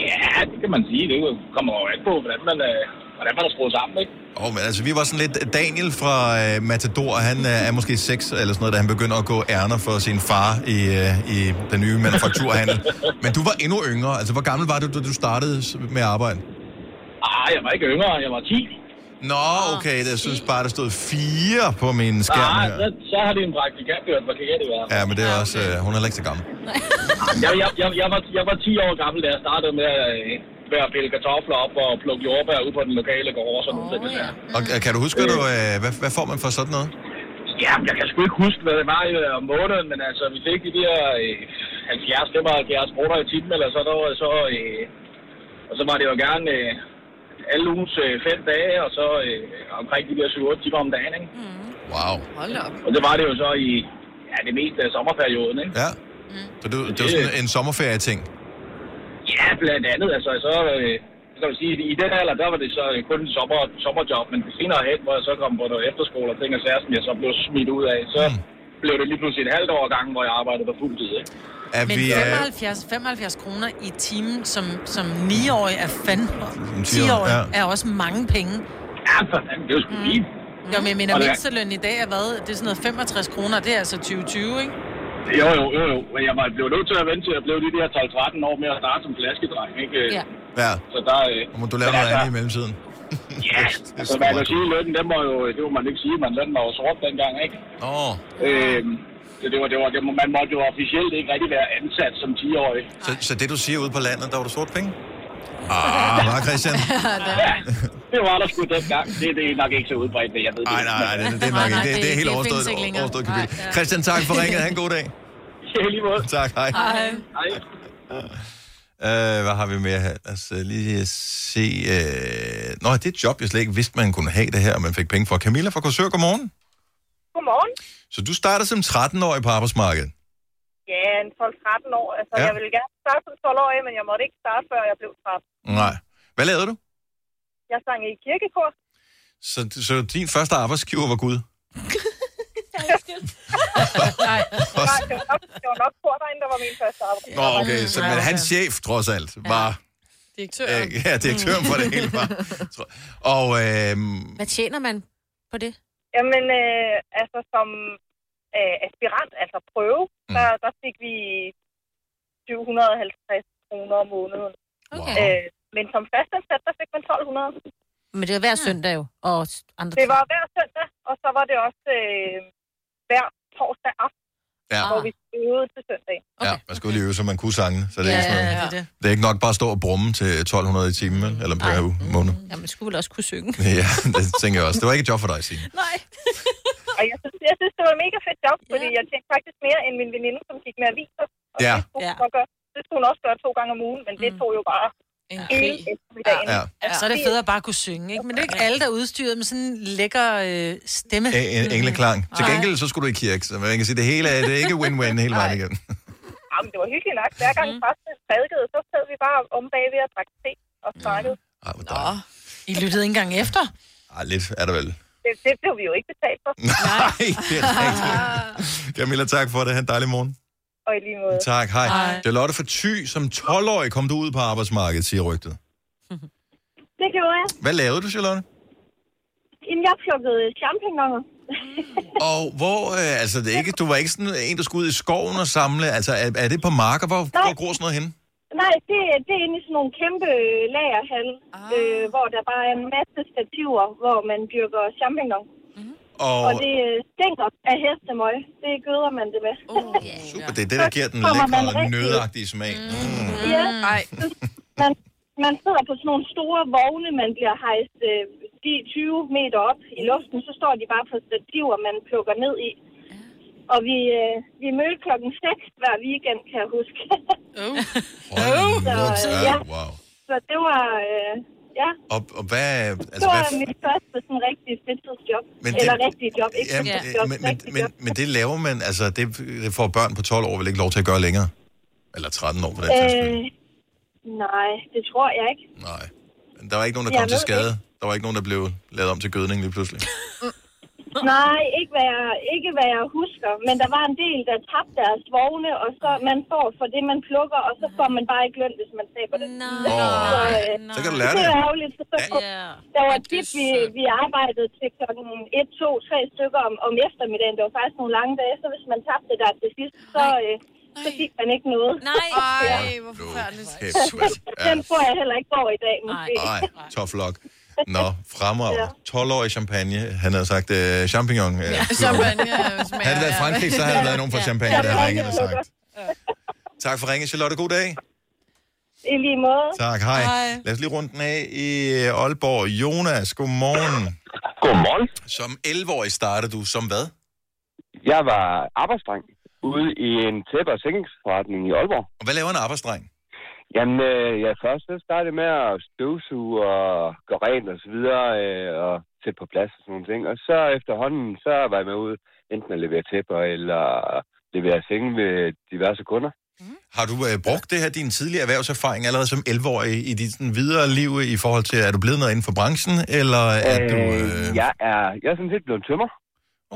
Speaker 7: Ja, det kan man sige. Det kommer jo an på, hvordan man, øh, hvordan man er skruet sammen, ikke?
Speaker 1: Åh, oh, men altså, vi var sådan lidt... Daniel fra øh, Matador, han øh, er måske 6 eller sådan noget, da han begynder at gå ærner for sin far i, øh, i den nye manufakturhandel. men du var endnu yngre. Altså, hvor gammel var du, da du startede s- med arbejde?
Speaker 7: Ah, jeg var ikke yngre. Jeg var 10.
Speaker 1: Nå, okay, det jeg synes bare, der stod 4 på min skærm
Speaker 7: Ah,
Speaker 1: her.
Speaker 7: så, så har det en praktikant gjort. Hvad kan det være?
Speaker 1: Ja, men det er også... Øh, hun er heller ikke så gammel.
Speaker 7: Ah, Jeg, jeg, jeg, jeg, var, jeg var 10 år gammel, da jeg startede med, øh, med at pille kartofler op og plukke jordbær ud på den lokale gård og sådan noget. Oh, ja.
Speaker 1: Og øh, kan du huske, hvad, du, øh, hvad, hvad får man for sådan noget?
Speaker 7: ja, jeg kan sgu ikke huske, hvad det var i, øh, om måneden, men altså, vi fik de der øh, 70-75 kroner i timen eller sådan noget, og så, øh, og så var det jo gerne øh, alle ugens øh, fem dage, og så øh, omkring de der 7-8 timer om dagen, ikke?
Speaker 1: Wow.
Speaker 7: Mm. Hold op. Og det var det jo så i ja, det meste af sommerperioden, ikke?
Speaker 1: Ja. Så det, det var sådan en sommerferie-ting.
Speaker 7: Ja, blandt andet. Altså, så, øh, så kan man sige, i den alder, der var det så øh, kun en sommer, sommerjob, men senere hen, hvor jeg så kom på noget efterskole og ting og sager, som jeg så blev smidt ud af, så
Speaker 1: Hmm.
Speaker 7: blev det lige pludselig et halvt år gangen, hvor jeg arbejdede på fuld tid, ikke?
Speaker 1: Er
Speaker 2: Men
Speaker 1: vi, øh,
Speaker 2: 75, 75 kroner i timen som, som 9-årig er fandme...
Speaker 1: Som
Speaker 2: 10-årig
Speaker 1: 10-årig, ja.
Speaker 2: er også mange penge.
Speaker 7: Ja, for fanden, det er jo sgu fint.
Speaker 2: Jo, men jeg mener,
Speaker 7: Og det er-
Speaker 2: mindsteløn i dag er hvad? Det er sådan noget 65 kroner, det er altså 2020, ikke?
Speaker 7: Jo, jo, jo, jo. Men jeg var blev nødt til at vente til, at jeg blev de der 12-13 år med at starte som flaskedreng, ikke?
Speaker 2: Ja.
Speaker 1: Ja.
Speaker 7: Så der... Øh,
Speaker 1: Må du lave
Speaker 7: men
Speaker 1: noget
Speaker 7: altså-
Speaker 1: andet i mellemtiden?
Speaker 7: Ja, altså man kan sige, lønnen, den var jo, det må man ikke sige, men lønnen var jo sort dengang, ikke?
Speaker 1: Åh.
Speaker 7: Øhm, så det var, det var, det, må- man måtte jo officielt ikke rigtig være ansat som 10-årig.
Speaker 1: Så, så det, du siger ude på landet, der var du sort penge? Ah, hva' Christian?
Speaker 7: Det var der sgu dengang. Det, det er nok ikke så udbredt, men jeg ved
Speaker 1: Nej, nej, nej, det, det er
Speaker 7: Nej,
Speaker 1: nok
Speaker 7: nej,
Speaker 1: ikke. Det,
Speaker 7: det-
Speaker 1: det er helt
Speaker 7: det
Speaker 1: overstået,
Speaker 7: findes ikke længere.
Speaker 1: overstået kapitel. Christian, tak for ringet. Ha' en god dag.
Speaker 7: Ja, lige måde.
Speaker 1: Tak, hej.
Speaker 7: Hej. Hej.
Speaker 1: Uh, hvad har vi mere her? Lad os øh, lige se... Uh... Nå, det er et job, jeg slet ikke vidste, man kunne have det her, og man fik penge for. Camilla fra Korsør, godmorgen.
Speaker 21: Godmorgen.
Speaker 1: Så du starter som 13-årig på arbejdsmarkedet.
Speaker 21: Ja, en 12-13 år. Altså,
Speaker 1: Ja.
Speaker 21: ja. jeg ville gerne starte som 12-årig, men jeg måtte ikke starte, før jeg blev 13.
Speaker 1: Nej. Hvad lavede du?
Speaker 21: Jeg sang i kirkekor.
Speaker 1: Så, så din første arbejdsgiver var Gud.
Speaker 21: Nej. Det var, det var nok, det var nok porteren, der var min første arbejde.
Speaker 1: Nå, okay. Så, men hans chef, trods alt, var...
Speaker 5: Direktøren.
Speaker 1: Øh, ja, direktøren for det hele var. tror- Og øhm,
Speaker 21: Hvad tjener man på det? Jamen, øh, altså som øh, aspirant, altså prøve, mm. der, der fik vi 750 kroner om måneden.
Speaker 4: Okay.
Speaker 21: Øh, men som fastansat, der fik man 1200.
Speaker 4: men det er hver søndag jo, og s- andre
Speaker 21: Det var hver søndag, og så var det også øh, hver torsdag aften,
Speaker 1: Ja.
Speaker 21: hvor vi øvede til søndag.
Speaker 1: Okay. Ja, man skulle lige øve, så man kunne sange. Så det, er
Speaker 21: Ja,
Speaker 1: ikke sådan
Speaker 21: ja,
Speaker 1: noget.
Speaker 21: det er det.
Speaker 1: det er ikke nok bare at stå og brumme til 1200 i timen, vel? eller per uge, måned.
Speaker 4: Ja, man skulle vel også kunne synge.
Speaker 1: Ja, det tænker jeg også. Det var ikke et job for dig, Signe.
Speaker 21: Nej. og jeg synes, jeg synes, det var et mega fedt job, fordi jeg tjente faktisk mere end min veninde, som gik med aviser. Og
Speaker 1: Ja.
Speaker 21: det, skulle hun så gøre, det skulle hun også gøre to gange om ugen, men det tog jo bare en
Speaker 2: krig.
Speaker 21: eftermiddagen.
Speaker 1: Ja.
Speaker 2: Ja. Så er det federe at bare kunne synge, ikke? Men det er ikke alle, der er udstyret med sådan en lækker øh, stemme.
Speaker 1: En, en engleklang. Til
Speaker 2: Nej.
Speaker 1: gengæld, så skulle du i kirke, så man kan sige, det hele er, det er ikke win-win hele vejen igen.
Speaker 21: Jamen, det var hyggeligt nok. Hver gang præsten prædikede, så sad vi bare om bagved og drak te og snakkede.
Speaker 1: Nå,
Speaker 2: I lyttede ikke engang efter.
Speaker 1: Ej, lidt er der vel.
Speaker 21: Det, det blev vi jo ikke betalt for.
Speaker 1: Nej, det er rigtigt. Camilla, tak for det. Ha' en dejlig morgen.
Speaker 21: Og i lige måde.
Speaker 1: Tak, hej.
Speaker 21: Hej.
Speaker 1: hej. Det er Lotte for Thy. Som 12-årig kom du ud på arbejdsmarkedet, siger rygtet.
Speaker 14: Det gjorde jeg.
Speaker 1: Hvad lavede du, Charlotte?
Speaker 14: Jamen, jeg plukkede champignoner.
Speaker 1: Og hvor, øh, altså det er ikke, du var ikke sådan en, der skulle ud i skoven og samle, altså er, er det på marker, hvor, hvor gror sådan noget henne?
Speaker 14: Nej, det, det er inde i sådan nogle kæmpe øh, lagerhal, ah. øh, hvor der bare er en masse stativer, hvor man dyrker champignon.
Speaker 1: Og,
Speaker 14: Og det øh, stinker af hestemøg. Det gøder man det med. Oh, yeah.
Speaker 1: super, det er det, der giver den
Speaker 14: Så kommer man
Speaker 1: lækre,
Speaker 14: rigtig-
Speaker 1: nødagtige smag. Mm.
Speaker 14: ja. man, man sidder på sådan nogle store vogne, man bliver hejst øh, 10, 20 meter op i luften, så står de bare på stativer, man plukker ned i. Og vi, øh, vi mødte klokken 6 hver weekend, kan jeg huske.
Speaker 1: Hold nu op.
Speaker 14: Så, øh,
Speaker 1: Ja,
Speaker 14: ja.
Speaker 1: wow.
Speaker 14: Så det var, øh, ja,
Speaker 1: Og, og hvad...
Speaker 14: det
Speaker 1: Altså,
Speaker 14: var
Speaker 1: hvad
Speaker 14: mit første sådan rigtige fritidsjob.
Speaker 1: Men det-
Speaker 14: Eller rigtige job, ikke
Speaker 1: ja,
Speaker 14: ja. job,
Speaker 1: øh, men, men, men, men det laver man, altså det, det får børn på 12 år vel ikke lov til at gøre længere? Eller 13 år på den øh,
Speaker 14: øh, nej, det tror jeg ikke.
Speaker 1: Nej. Der var ikke nogen, der
Speaker 14: Øh, Jeg
Speaker 1: kom til
Speaker 14: ved
Speaker 1: skade. Der var ikke nogen, der blev lavet om til gødning lige pludselig.
Speaker 14: Nej, ikke hvad, jeg, ikke hvad jeg husker, men der var en del, der tabte deres vogne, og så man får for det, man plukker, og så får man bare ikke løn, hvis man taber det. Nej, så, øh,
Speaker 1: Så kan du lære
Speaker 14: det.
Speaker 1: det.
Speaker 14: var ærgerligt, så, så der var tit, vi, vi arbejdede til klokken 1, 2, 3 stykker om, om eftermiddagen. Det var faktisk nogle lange dage, så hvis man tabte det der til sidst, så, øh, så fik man ikke noget.
Speaker 5: Nej,
Speaker 14: Ja.
Speaker 5: Ej, hvor forfærdeligt.
Speaker 1: Kæft, mand.
Speaker 14: Den
Speaker 1: Ja.
Speaker 14: får jeg heller ikke over i dag, måske.
Speaker 1: Nej, tough luck. Nå, fremragende. 12-årig champagne. Han havde sagt øh, champignon. Øh, ja,
Speaker 5: Champagne smager.
Speaker 1: Havde det været Frankrig, så havde der været nogen fra champagne, der havde ringet og
Speaker 14: Champagne
Speaker 1: sagt. Tak for ringen, Charlotte. God dag.
Speaker 14: I lige måde.
Speaker 1: Tak, hej. hej. Lad os lige runde den af i øh, Aalborg. Jonas, godmorgen. Godmorgen. Som 11-årig startede du som hvad?
Speaker 15: Jeg var arbejdsdreng ude i en tæppe- og sikringsforretning i Aalborg.
Speaker 1: Og hvad laver en arbejdsdreng?
Speaker 15: Jamen, øh, jeg først så startede med at støvsuge og gøre rent og så videre, øh, og sætte på plads og sådan nogle ting. Og så efterhånden, så var jeg med ud enten at levere tæpper eller levere senge ved diverse kunder.
Speaker 1: Har du øh, brugt det her, din tidlige erhvervserfaring, allerede som 11-årig i dit sådan, videre liv i forhold til, er du blevet noget inden for branchen, eller er
Speaker 15: Øh,
Speaker 1: du... Øh...
Speaker 15: Jeg er, jeg er sådan set blevet tømmer.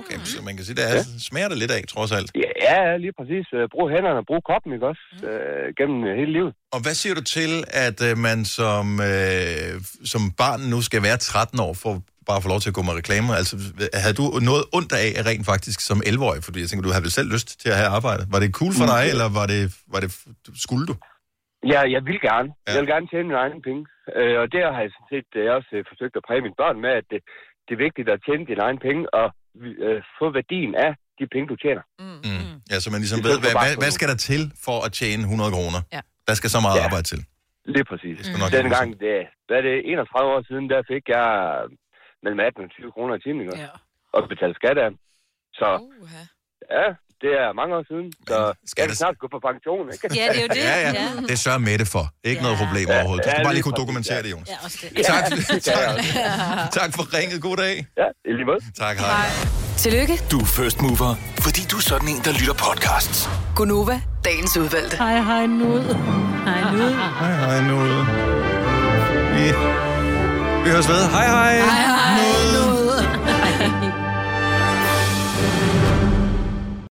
Speaker 1: Okay, så man kan sige, det er, smager det lidt af, trods alt.
Speaker 15: Ja, ja, lige præcis. Øh, Brug hænderne og brug kroppen, ikke også? Øh, gennem øh, hele livet.
Speaker 1: Og hvad siger du til, at øh, man som, øh, som barn nu skal være 13 år for bare at få lov til at gå med reklamer? Altså, havde du noget ondt af rent faktisk som 11-årig? Fordi jeg tænker, du havde vel selv lyst til at have arbejde. Var det cool for dig,
Speaker 15: Mm.
Speaker 1: eller var det, var det, skulle du?
Speaker 4: Mm.
Speaker 15: Ja, jeg vil gerne. Ja. Jeg vil gerne tjene mine egne penge. Øh, og der har jeg sådan set øh, også øh, forsøgt at præge mine børn med, at det, det er vigtigt at tjene dine egne penge og øh, få værdien af de penge, du tjener.
Speaker 1: Ja, så man ligesom
Speaker 15: Det
Speaker 1: ved,
Speaker 15: skulle
Speaker 1: hvad,
Speaker 15: bare
Speaker 1: hvad,
Speaker 15: gå.
Speaker 1: hvad skal der til for at tjene 100 kroner? Ja. Der skal så meget ja. arbejde til.
Speaker 15: Lige præcis.
Speaker 1: skal nok
Speaker 15: Den
Speaker 1: være
Speaker 15: gang, det, hvad er det, 31 år siden, der fik jeg øh, mellem 18 og 20 kroner i timen, ikke også?
Speaker 2: Ja.
Speaker 15: Og betalte skat af. Så, ja, det er mange år siden. Så skal jeg snart gå på pension, ikke?
Speaker 4: Ja, det er jo det.
Speaker 1: Ja, ja. Det sørger Mette for. Ikke ja. noget problem overhovedet. Du skal
Speaker 15: Ja,
Speaker 1: bare lige
Speaker 15: lige
Speaker 1: kunne
Speaker 15: præcis,
Speaker 1: dokumentere
Speaker 15: ja.
Speaker 1: det, Jonas.
Speaker 4: Ja, også det.
Speaker 1: Ja. Tak, tak,
Speaker 4: Ja.
Speaker 1: tak for ringet. God dag.
Speaker 15: Ja, i lige måde.
Speaker 1: Tak, hej. hej.
Speaker 6: Tillykke. Du er first mover, fordi du er sådan en, der lytter podcasts.
Speaker 17: Gunova, dagens udvalgte.
Speaker 4: Hej, hej, nud. Hej, nud.
Speaker 1: Hej, hej, nu. Vi, vi høres ved. Hej, hej. Hej, hej.